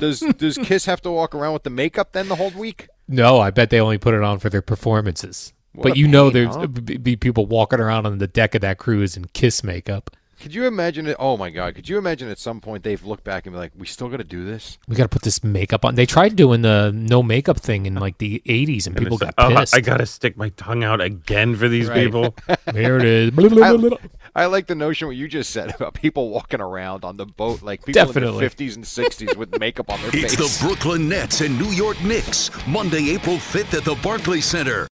does does Kiss have to walk around with the makeup then the whole week? No, I bet they only put it on for their performances. What but a you know, pain, there's huh? b- be people walking around on the deck of that cruise in Kiss makeup. Could you imagine it? Oh my God! Could you imagine at some point they've looked back and be like, "We still got to do this." We got to put this makeup on. They tried doing the no makeup thing in like the 80s, and And people it's got like, "Uh-huh, "Oh, pissed. I gotta stick my tongue out again for these Right. people. Here it is. I, I like the notion what you just said about people walking around on the boat, like people in Definitely. the 50s and 60s with makeup on their It's face. the Brooklyn Nets and New York Knicks, Monday, April 5th at the Barclays Center.